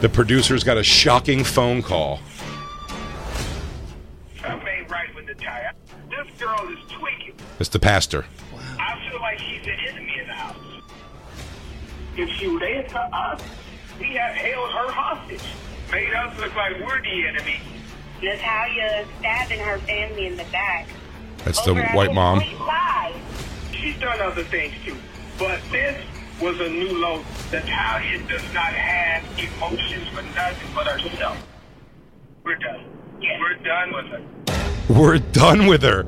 [SPEAKER 1] The producers got a shocking phone call.
[SPEAKER 9] This girl is tweaking.
[SPEAKER 1] It's the pastor.
[SPEAKER 9] I feel like she's an enemy in the house. If she ran to us, we had held her hostage. Made us look like we're the enemy.
[SPEAKER 10] Natalia stabbing her family uh, in the back.
[SPEAKER 1] That's the white mom.
[SPEAKER 10] Why?
[SPEAKER 9] She's done other things too. But this was a new low. Natalia does not have emotions for nothing but herself. We're done. We're done with her.
[SPEAKER 1] We're done with her.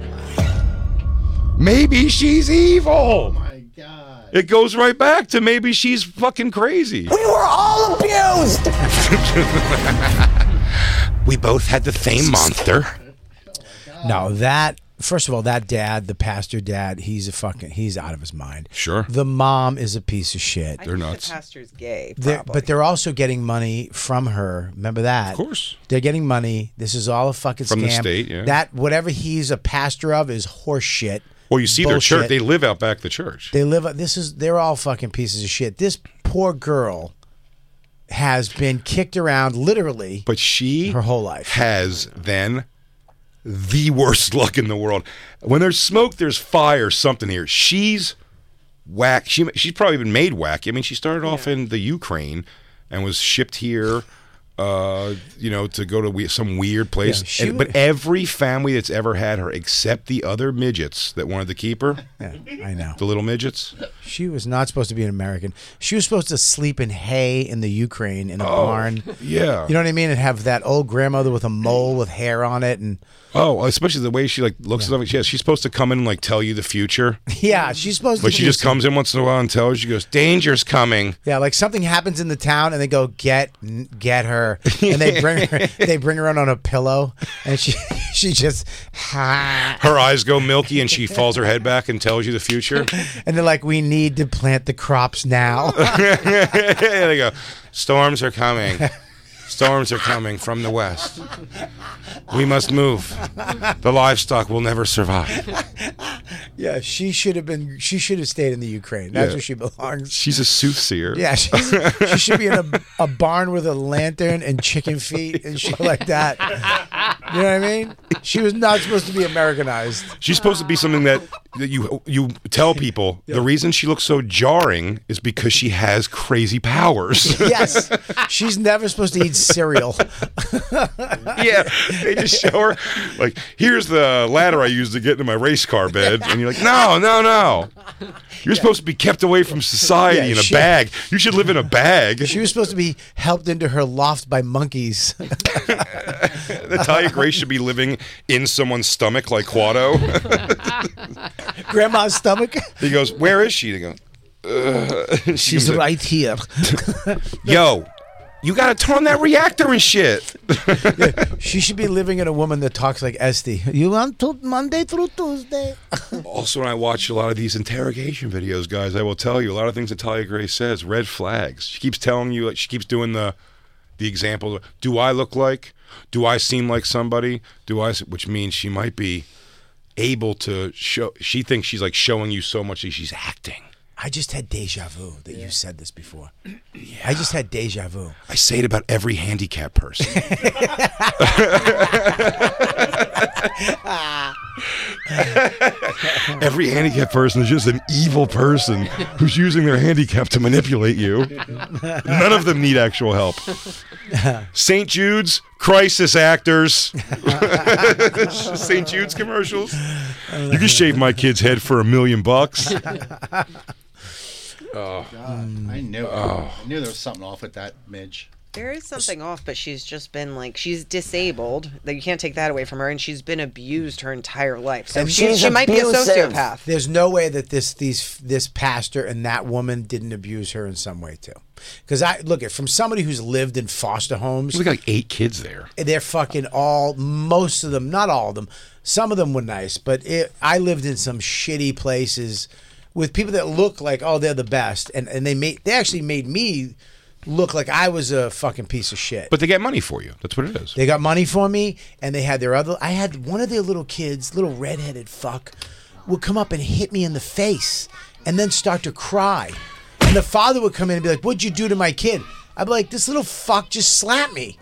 [SPEAKER 1] Maybe she's evil. Oh my god. It goes right back to maybe she's fucking crazy. We were all abused. we both had the same monster.
[SPEAKER 2] No, that first of all, that dad, the pastor dad, he's a fucking he's out of his mind.
[SPEAKER 1] Sure.
[SPEAKER 2] The mom is a piece of shit.
[SPEAKER 5] I think The pastor's gay.
[SPEAKER 2] They're-
[SPEAKER 5] probably.
[SPEAKER 2] but they're also getting money from her. Remember that? Of
[SPEAKER 1] course.
[SPEAKER 2] They're getting money. This is all a fucking
[SPEAKER 1] From the
[SPEAKER 2] scam.
[SPEAKER 1] state, yeah.
[SPEAKER 2] That whatever he's a pastor of is horse shit.
[SPEAKER 1] Well, you see their church.
[SPEAKER 2] Bullshit.
[SPEAKER 1] They live out back the church.
[SPEAKER 2] They live. This is. They're all fucking pieces of shit. This poor girl has been kicked around literally.
[SPEAKER 1] But she her
[SPEAKER 2] whole life
[SPEAKER 1] has then the worst luck in the world. When there's smoke, there's fire. Something here. She's whack. She she's probably been made whack. I mean, she started off in the Ukraine and was shipped here. Uh, you know, to go to we- some weird place.
[SPEAKER 2] Yeah, she
[SPEAKER 1] And- but every family that's ever had her, except the other midgets that wanted to keep her.
[SPEAKER 2] Yeah, I know.
[SPEAKER 1] The little midgets.
[SPEAKER 2] She was not supposed to be an American. She was supposed to sleep in hay in the Ukraine in a
[SPEAKER 1] Oh,
[SPEAKER 2] barn.
[SPEAKER 1] yeah.
[SPEAKER 2] You know what I mean? And have that old grandmother with a mole with hair on it. And
[SPEAKER 1] Oh, especially the way she like looks at them. Yeah, she's supposed to come in and like tell you the future.
[SPEAKER 2] yeah, she's supposed to.
[SPEAKER 1] But she
[SPEAKER 2] be
[SPEAKER 1] just comes in once in a while and tells you, she goes, "Danger's coming."
[SPEAKER 2] Yeah, like something happens in the town, and they go get get her, and they bring her they bring her in on a pillow, and she she just ha,
[SPEAKER 1] Her eyes go milky, and she falls her head back and tells you the future.
[SPEAKER 2] and they're like, we need to plant the crops now.
[SPEAKER 1] they go, "Storms are coming. Storms are coming from the west. We must move. The livestock will never survive."
[SPEAKER 2] Yeah, she should have been. She should have stayed in the Ukraine. That's
[SPEAKER 1] Yeah.
[SPEAKER 2] where she belongs.
[SPEAKER 1] She's a soothsayer.
[SPEAKER 2] Yeah, she's, she should be in a, a barn with a lantern and chicken feet and shit like that. You know what I mean? She was not supposed to be Americanized.
[SPEAKER 1] She's supposed to be something that, that you you tell people the reason she looks so jarring is because she has crazy powers.
[SPEAKER 2] Yes, she's never supposed to eat cereal.
[SPEAKER 1] yeah, they just show her like, here's the ladder I used to get into my race car bed, and you're like, no, no, no, you're supposed to be kept away from society
[SPEAKER 2] Yeah,
[SPEAKER 1] in a
[SPEAKER 2] she-
[SPEAKER 1] bag. You should live in a bag.
[SPEAKER 2] She was supposed to be helped into her loft by monkeys.
[SPEAKER 1] Natalia Grace should be living in someone's stomach like Quado.
[SPEAKER 2] Grandma's stomach.
[SPEAKER 1] he goes, where is she? They go, "Ugh." She
[SPEAKER 2] She's
[SPEAKER 1] was like,
[SPEAKER 2] right here.
[SPEAKER 1] Yo, you gotta turn on that reactor and shit.
[SPEAKER 2] She should be living in a woman that talks like Esty. You want to Monday through Tuesday?
[SPEAKER 1] Also, when I watch a lot of these interrogation videos, guys, I will tell you a lot of things Natalia Gray says. Red flags. She keeps telling you. like, She keeps doing the the example. Do I look like? Do I seem like somebody? Do I? s-" Which means she might be able to show. She thinks she's like showing you so much that she's acting.
[SPEAKER 2] I just had deja vu that you said this before. I just had deja vu.
[SPEAKER 1] I say it about every handicapped person. every handicapped person is just an evil person who's using their handicap to manipulate you. None of them need actual help. St. Jude's crisis actors. St. Jude's commercials. You can shave my kid's head for a million bucks. Oh.
[SPEAKER 6] God, I knew. it.
[SPEAKER 1] Oh.
[SPEAKER 6] I knew there was something off with that, Midge.
[SPEAKER 5] There is something off, but she's just been like she's disabled. That you can't take that away from her, and she's been abused her entire life. So she, she might be a sociopath.
[SPEAKER 2] There's no way that this these this pastor and that woman didn't abuse her in some way too. Because I look at from somebody who's lived in foster homes.
[SPEAKER 1] We got like eight kids there.
[SPEAKER 2] They're fucking all, most of them, not all of them. Some of them were nice, but it, I lived in some shitty places with people that look like, oh, they're the best, and and they made they actually made me look like I was a fucking piece of shit.
[SPEAKER 1] But they get money for you. That's what it is.
[SPEAKER 2] They got money for me, and they had their other. I had one of their little kids, little redheaded fuck, would come up and hit me in the face, and then start to cry. And the father would come in and be like, "What'd you do to my kid?" I'd be like, "This little fuck just slapped me."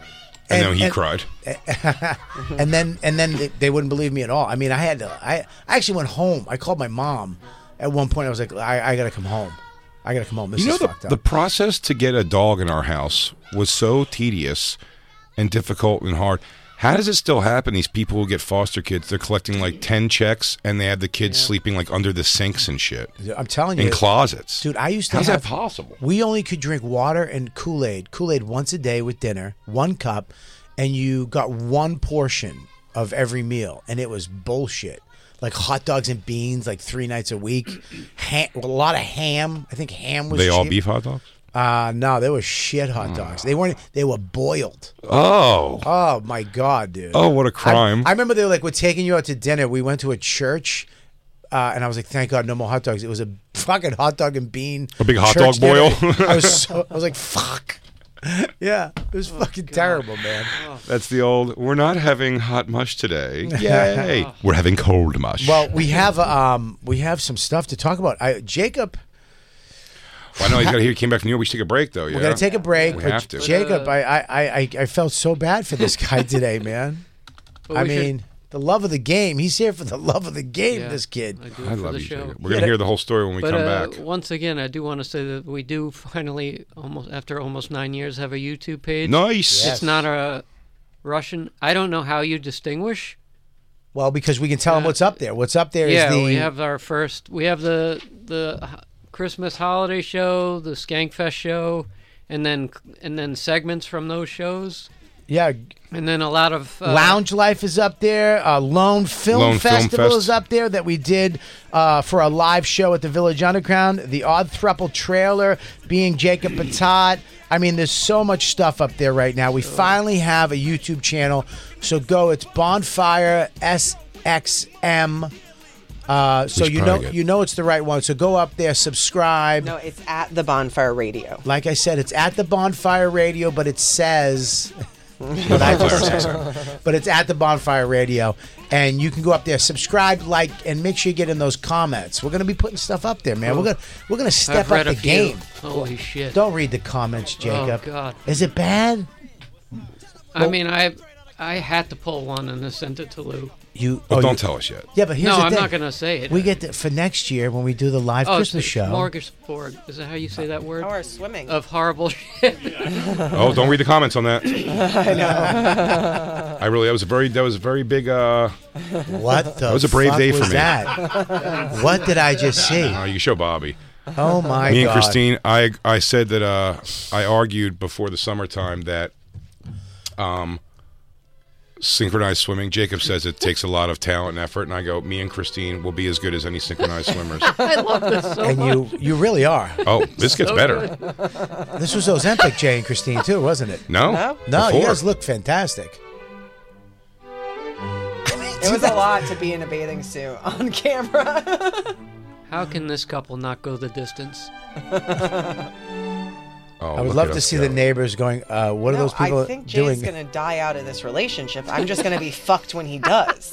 [SPEAKER 1] And, then he cried.
[SPEAKER 2] and then and then they, they wouldn't believe me at all. I mean, I had to. I, I actually went home. I called my mom. At one point, I was like, "I, I gotta come home. I gotta come home. This
[SPEAKER 1] you know
[SPEAKER 2] is
[SPEAKER 1] the,
[SPEAKER 2] fucked up."
[SPEAKER 1] the process to get a dog in our house was so tedious and difficult and hard how does it still happen these people who get foster kids they're collecting like 10 checks and they have the kids sleeping like under the sinks and shit
[SPEAKER 2] I'm telling you,
[SPEAKER 1] in closets
[SPEAKER 2] dude. I used to.
[SPEAKER 1] how's
[SPEAKER 2] have,
[SPEAKER 1] that possible
[SPEAKER 2] We only could drink water and Kool Aid. Kool Aid once a day with dinner, one cup, and you got one portion of every meal, and it was bullshit. Like hot dogs and beans, like three nights a week, ham, a lot of ham. I think ham was.
[SPEAKER 1] they all
[SPEAKER 2] cheap.
[SPEAKER 1] beef hot dogs
[SPEAKER 2] Uh no, they were shit hot dogs. They weren't. They were boiled.
[SPEAKER 1] oh
[SPEAKER 2] Oh my god, dude.
[SPEAKER 1] Oh, what a crime.
[SPEAKER 2] I, I remember they were like, "We're taking you out to dinner." We went to a church, uh, and I was like, "Thank God, no more hot dogs." It was a fucking hot dog and bean.
[SPEAKER 1] A big hot
[SPEAKER 2] church
[SPEAKER 1] dog
[SPEAKER 2] dinner.
[SPEAKER 1] boil.
[SPEAKER 2] I was so. I was like, "Fuck." Yeah, it
[SPEAKER 3] Oh,
[SPEAKER 2] was fucking terrible, man.
[SPEAKER 1] that's the old we're not having hot mush today yay we're having cold mush
[SPEAKER 2] Well, we have um, we have some stuff to talk about. I Jacob,
[SPEAKER 1] Well, i know he's got here he came back from new york we should take a break though yeah?
[SPEAKER 2] we're gonna take a break.
[SPEAKER 1] we
[SPEAKER 2] but
[SPEAKER 1] have to
[SPEAKER 2] Jacob, I, I I I- I felt so bad for this guy today, man.
[SPEAKER 3] But
[SPEAKER 2] I
[SPEAKER 3] we should-
[SPEAKER 2] mean, the love of the game. He's here for the love of the game.
[SPEAKER 3] Yeah,
[SPEAKER 2] this kid.
[SPEAKER 3] I do
[SPEAKER 1] I
[SPEAKER 3] it for
[SPEAKER 1] love
[SPEAKER 3] the
[SPEAKER 1] you,
[SPEAKER 3] show.
[SPEAKER 1] Jacob. We're gonna hear the whole story when we
[SPEAKER 3] But,
[SPEAKER 1] come
[SPEAKER 3] uh,
[SPEAKER 1] back.
[SPEAKER 3] Once again, I do want to say that we do finally, almost after almost nine years, have a YouTube page.
[SPEAKER 1] Nice.
[SPEAKER 3] It's not a Russian. I don't know how you distinguish.
[SPEAKER 2] Well, because we can tell him what's up there. What's up there is
[SPEAKER 3] yeah,
[SPEAKER 2] the
[SPEAKER 3] we have our first. We have the the h- Christmas holiday show, the Skankfest show, and then and then segments from those shows,
[SPEAKER 2] yeah.
[SPEAKER 3] and then a lot of uh,
[SPEAKER 2] Lounge Life is up there. Uh, Lone Film
[SPEAKER 1] Lone Film
[SPEAKER 2] Festival
[SPEAKER 1] Fest.
[SPEAKER 2] is up there that we did uh, for a live show at the Village Underground. The Odd Thruple trailer, being Jacob Patat. I mean, there's so much stuff up there right now. We finally have a YouTube channel. So go. It's Bonfire SXM. Uh, so
[SPEAKER 5] should
[SPEAKER 2] you know
[SPEAKER 5] probably get-
[SPEAKER 2] you know it's the right one. So go up there, subscribe.
[SPEAKER 5] No, it's at the Bonfire Radio.
[SPEAKER 2] Like I said, it's at the Bonfire Radio, but it says But I just said it. But it's at the Bonfire Radio, and you can go up there, subscribe, like, and make sure you get in those comments. We're gonna be putting stuff up there, man. We're gonna we're gonna step
[SPEAKER 3] I've read
[SPEAKER 2] up
[SPEAKER 3] a
[SPEAKER 2] the
[SPEAKER 3] few.
[SPEAKER 2] game.
[SPEAKER 3] Holy shit!
[SPEAKER 2] Don't read the comments, Jacob.
[SPEAKER 3] Oh, God.
[SPEAKER 2] Is it bad?
[SPEAKER 3] I mean, I I had to pull one and I sent it to Lou.
[SPEAKER 2] You
[SPEAKER 1] But
[SPEAKER 2] oh,
[SPEAKER 1] don't
[SPEAKER 2] you-
[SPEAKER 1] tell us yet.
[SPEAKER 2] Yeah, but here's
[SPEAKER 3] No,
[SPEAKER 2] the
[SPEAKER 3] I'm
[SPEAKER 2] thing.
[SPEAKER 3] not gonna say it.
[SPEAKER 2] We get the, for next year when we do the live
[SPEAKER 3] oh,
[SPEAKER 2] Christmas show.
[SPEAKER 3] Smorgasbord. Is that how you say that word?
[SPEAKER 5] Or swimming.
[SPEAKER 3] Of horrible shit.
[SPEAKER 1] Oh, don't read the comments on that.
[SPEAKER 5] I know.
[SPEAKER 1] I really that was a very that was a very big. uh
[SPEAKER 2] What the
[SPEAKER 1] That was a brave
[SPEAKER 2] fuck
[SPEAKER 1] day for
[SPEAKER 2] was
[SPEAKER 1] me.
[SPEAKER 2] that? what did I just see?
[SPEAKER 1] Oh, you show Bobby.
[SPEAKER 2] Oh my
[SPEAKER 1] Me and
[SPEAKER 2] God.
[SPEAKER 1] Christine, I I said that uh, I argued before the summertime that um, synchronized swimming. Jacob says it takes a lot of talent and effort, and I go, me and Christine will be as good as any synchronized swimmers.
[SPEAKER 3] I love this so
[SPEAKER 2] and
[SPEAKER 3] much.
[SPEAKER 2] you you really are.
[SPEAKER 1] Oh, this gets
[SPEAKER 3] So
[SPEAKER 1] better.
[SPEAKER 3] good.
[SPEAKER 2] This was Ozempic, Jay and Christine too, wasn't it?
[SPEAKER 1] No,
[SPEAKER 2] no,
[SPEAKER 1] No?
[SPEAKER 2] you
[SPEAKER 1] before.
[SPEAKER 2] guys look fantastic.
[SPEAKER 5] It was a lot to be in a bathing suit on camera.
[SPEAKER 3] How can this couple not go the distance?
[SPEAKER 1] Oh,
[SPEAKER 2] I would
[SPEAKER 1] look
[SPEAKER 2] love
[SPEAKER 1] at
[SPEAKER 2] to
[SPEAKER 1] us
[SPEAKER 2] see
[SPEAKER 1] go.
[SPEAKER 2] the neighbors going. Uh, what are
[SPEAKER 5] No,
[SPEAKER 2] those people
[SPEAKER 5] I think
[SPEAKER 2] doing?
[SPEAKER 5] Jay's gonna die out of this relationship. I'm just gonna be fucked when he does.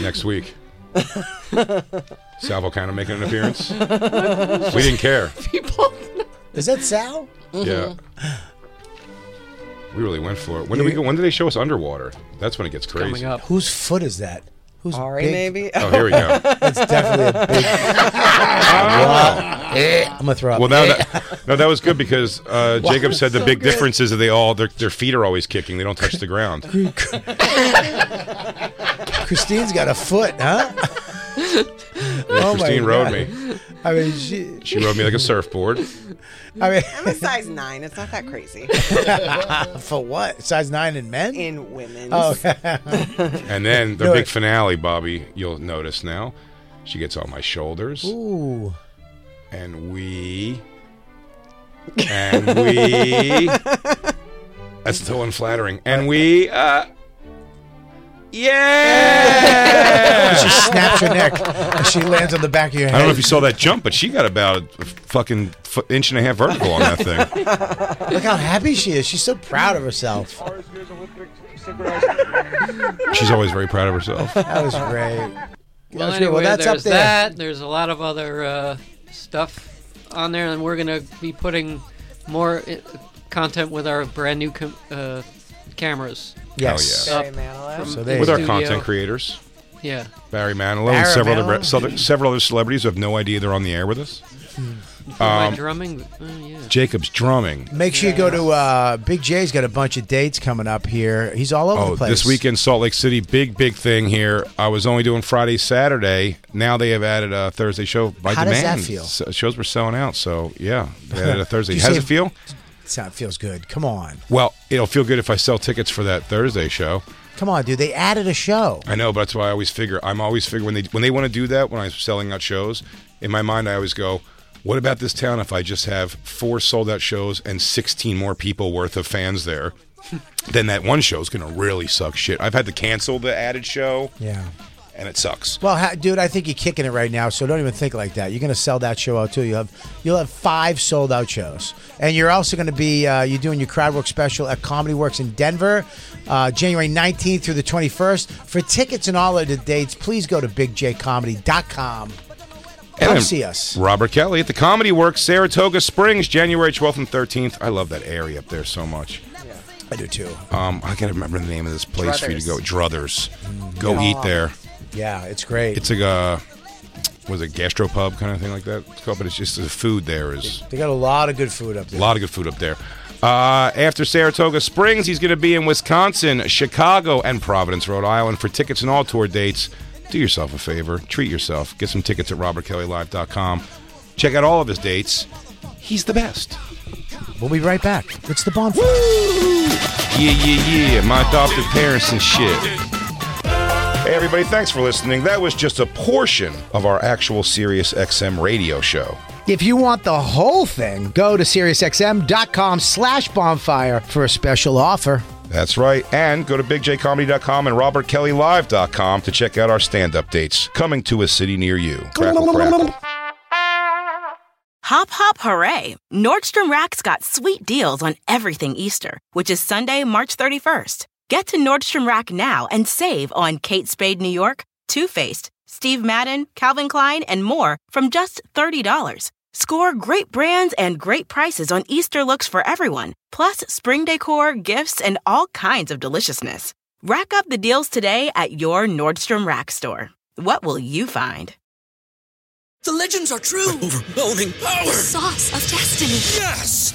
[SPEAKER 1] next week. Sal Volcano making an appearance. we didn't care.
[SPEAKER 2] Is that Sal?
[SPEAKER 1] Yeah. We really went for it. When do we go? When do they show us underwater? That's when it gets crazy.
[SPEAKER 3] Coming up.
[SPEAKER 2] Whose foot is that? Who's
[SPEAKER 5] Ari,
[SPEAKER 2] big?
[SPEAKER 5] maybe.
[SPEAKER 1] Oh, here we go.
[SPEAKER 2] That's definitely a big. Wow. I'm gonna throw up.
[SPEAKER 1] Well, now that, no, that was good because uh,
[SPEAKER 2] Wow,
[SPEAKER 1] Jacob said the
[SPEAKER 2] so
[SPEAKER 1] big
[SPEAKER 2] good.
[SPEAKER 1] difference is that they all their, their feet are always kicking; they don't touch the ground.
[SPEAKER 2] Christine's got a foot, huh? Oh, my
[SPEAKER 1] Christine
[SPEAKER 2] God.
[SPEAKER 1] rode me.
[SPEAKER 2] I mean, she,
[SPEAKER 1] She rode me like a surfboard.
[SPEAKER 2] I mean,
[SPEAKER 5] I'm a size nine. It's not that crazy.
[SPEAKER 2] for what? Size nine in men?
[SPEAKER 5] In women.
[SPEAKER 2] Oh, okay.
[SPEAKER 1] And then their
[SPEAKER 2] No,
[SPEAKER 1] big
[SPEAKER 2] it-
[SPEAKER 1] finale, Bobby, you'll notice now, she gets on my shoulders,
[SPEAKER 2] Ooh.
[SPEAKER 1] and we, and we. That's so unflattering. And we, uh, yeah.
[SPEAKER 2] she snaps her neck and she lands on the back of your
[SPEAKER 1] I
[SPEAKER 2] head.
[SPEAKER 1] don't know if you saw that jump, but she got about a fucking f- inch and a half vertical on that thing.
[SPEAKER 2] Look how happy she is. She's so proud of herself.
[SPEAKER 1] She's always very proud of herself.
[SPEAKER 2] That was great.
[SPEAKER 3] Well,
[SPEAKER 2] Gosh, yeah,
[SPEAKER 3] anyway,
[SPEAKER 2] that's
[SPEAKER 3] there's
[SPEAKER 2] up there.
[SPEAKER 3] that. There's a lot of other uh, stuff on there, and we're gonna be putting more uh, content with our brand new com- uh, cameras.
[SPEAKER 1] Yes.
[SPEAKER 2] Hell
[SPEAKER 3] Up
[SPEAKER 2] yeah.
[SPEAKER 3] from
[SPEAKER 2] So
[SPEAKER 3] the
[SPEAKER 2] there you
[SPEAKER 1] with our
[SPEAKER 3] studio.
[SPEAKER 1] content creators.
[SPEAKER 3] Yeah.
[SPEAKER 1] Barry Manilow and
[SPEAKER 2] Barry
[SPEAKER 1] several
[SPEAKER 2] Manilow.
[SPEAKER 1] other, other several other celebrities who have no idea they're on the air with us.
[SPEAKER 3] For my
[SPEAKER 1] Um,
[SPEAKER 3] drumming. Oh, yeah.
[SPEAKER 1] Jacob's drumming.
[SPEAKER 2] Make sure you go to uh, Big J's got a bunch of dates coming up here. He's all over
[SPEAKER 1] Oh,
[SPEAKER 2] the place.
[SPEAKER 1] this weekend, Salt Lake City, big big thing here. I was only doing Friday, Saturday. Now they have added a Thursday show by
[SPEAKER 2] How does
[SPEAKER 1] demand.
[SPEAKER 2] that feel?
[SPEAKER 1] So- shows were selling out, so yeah, they added a Thursday.
[SPEAKER 2] You
[SPEAKER 1] How does
[SPEAKER 2] say-
[SPEAKER 1] it feel?
[SPEAKER 2] Sound feels good. Come on.
[SPEAKER 1] Well, it'll feel good if I sell tickets for that Thursday show.
[SPEAKER 2] Come on, dude. They added a show.
[SPEAKER 1] I know, but that's why I always figure. I'm always figure when they when they want to do that when I'm selling out shows. In my mind, I always go, "What about this town? If I just have four sold out shows and 16 more people worth of fans there, then that one show is going to really suck shit." I've had to cancel the added show,
[SPEAKER 2] Yeah.
[SPEAKER 1] and it sucks.
[SPEAKER 2] Well, ha- dude, I think you're kicking it right now. So don't even think like that. You're going to sell that show out too. You'll have you'll have five sold out shows, and you're also going to be uh, you're doing your crowd work special at Comedy Works in Denver, uh, January 19th through the 21st. For tickets and all of the dates, please go to bigjcomedy.com. Come
[SPEAKER 1] then
[SPEAKER 2] see us.
[SPEAKER 1] Robert Kelly at the Comedy Works, Saratoga Springs, January 12th and 13th. I love that area up there so much.
[SPEAKER 2] I do too.
[SPEAKER 1] Um, I gotta remember the name of this place for you to go. Druthers, go
[SPEAKER 2] Yeah.
[SPEAKER 1] eat there.
[SPEAKER 2] Yeah, it's great.
[SPEAKER 1] It's like a was it gastropub kind of thing like that. It's called, but it's just the food there is
[SPEAKER 2] they got a lot of good food up
[SPEAKER 1] a
[SPEAKER 2] there.
[SPEAKER 1] lot of good food up there. Uh, after Saratoga Springs, he's going to be in Wisconsin, Chicago, and Providence, Rhode Island for tickets and all tour dates. Do yourself a favor, treat yourself, get some tickets at robertkellylive.com. Check out all of his dates. He's the best.
[SPEAKER 2] We'll be right back. It's the bonfire.
[SPEAKER 1] Yeah, yeah, yeah. My adopted parents and shit. Hey, everybody, thanks for listening. That was just a portion of our actual Sirius XM radio show.
[SPEAKER 2] If you want the whole thing, go to SiriusXM.com slash bonfire for a special offer.
[SPEAKER 1] That's right. And go to bigjcomedy.com and robertkellylive.com to check out our stand up dates coming to a city near you. Crackle, crackle.
[SPEAKER 5] Hop, hop, hooray! Nordstrom Rack's got sweet deals on everything Easter, which is Sunday, March 31st. Get to Nordstrom Rack now and save on Kate Spade New York, Too Faced, Steve Madden, Calvin Klein, and more from just $30. Score great brands and great prices on Easter looks for everyone, plus spring decor, gifts, and all kinds of deliciousness. Rack up the deals today at your Nordstrom Rack store. What will you find?
[SPEAKER 9] The legends are true. overwhelming power! The sauce of destiny. Yes!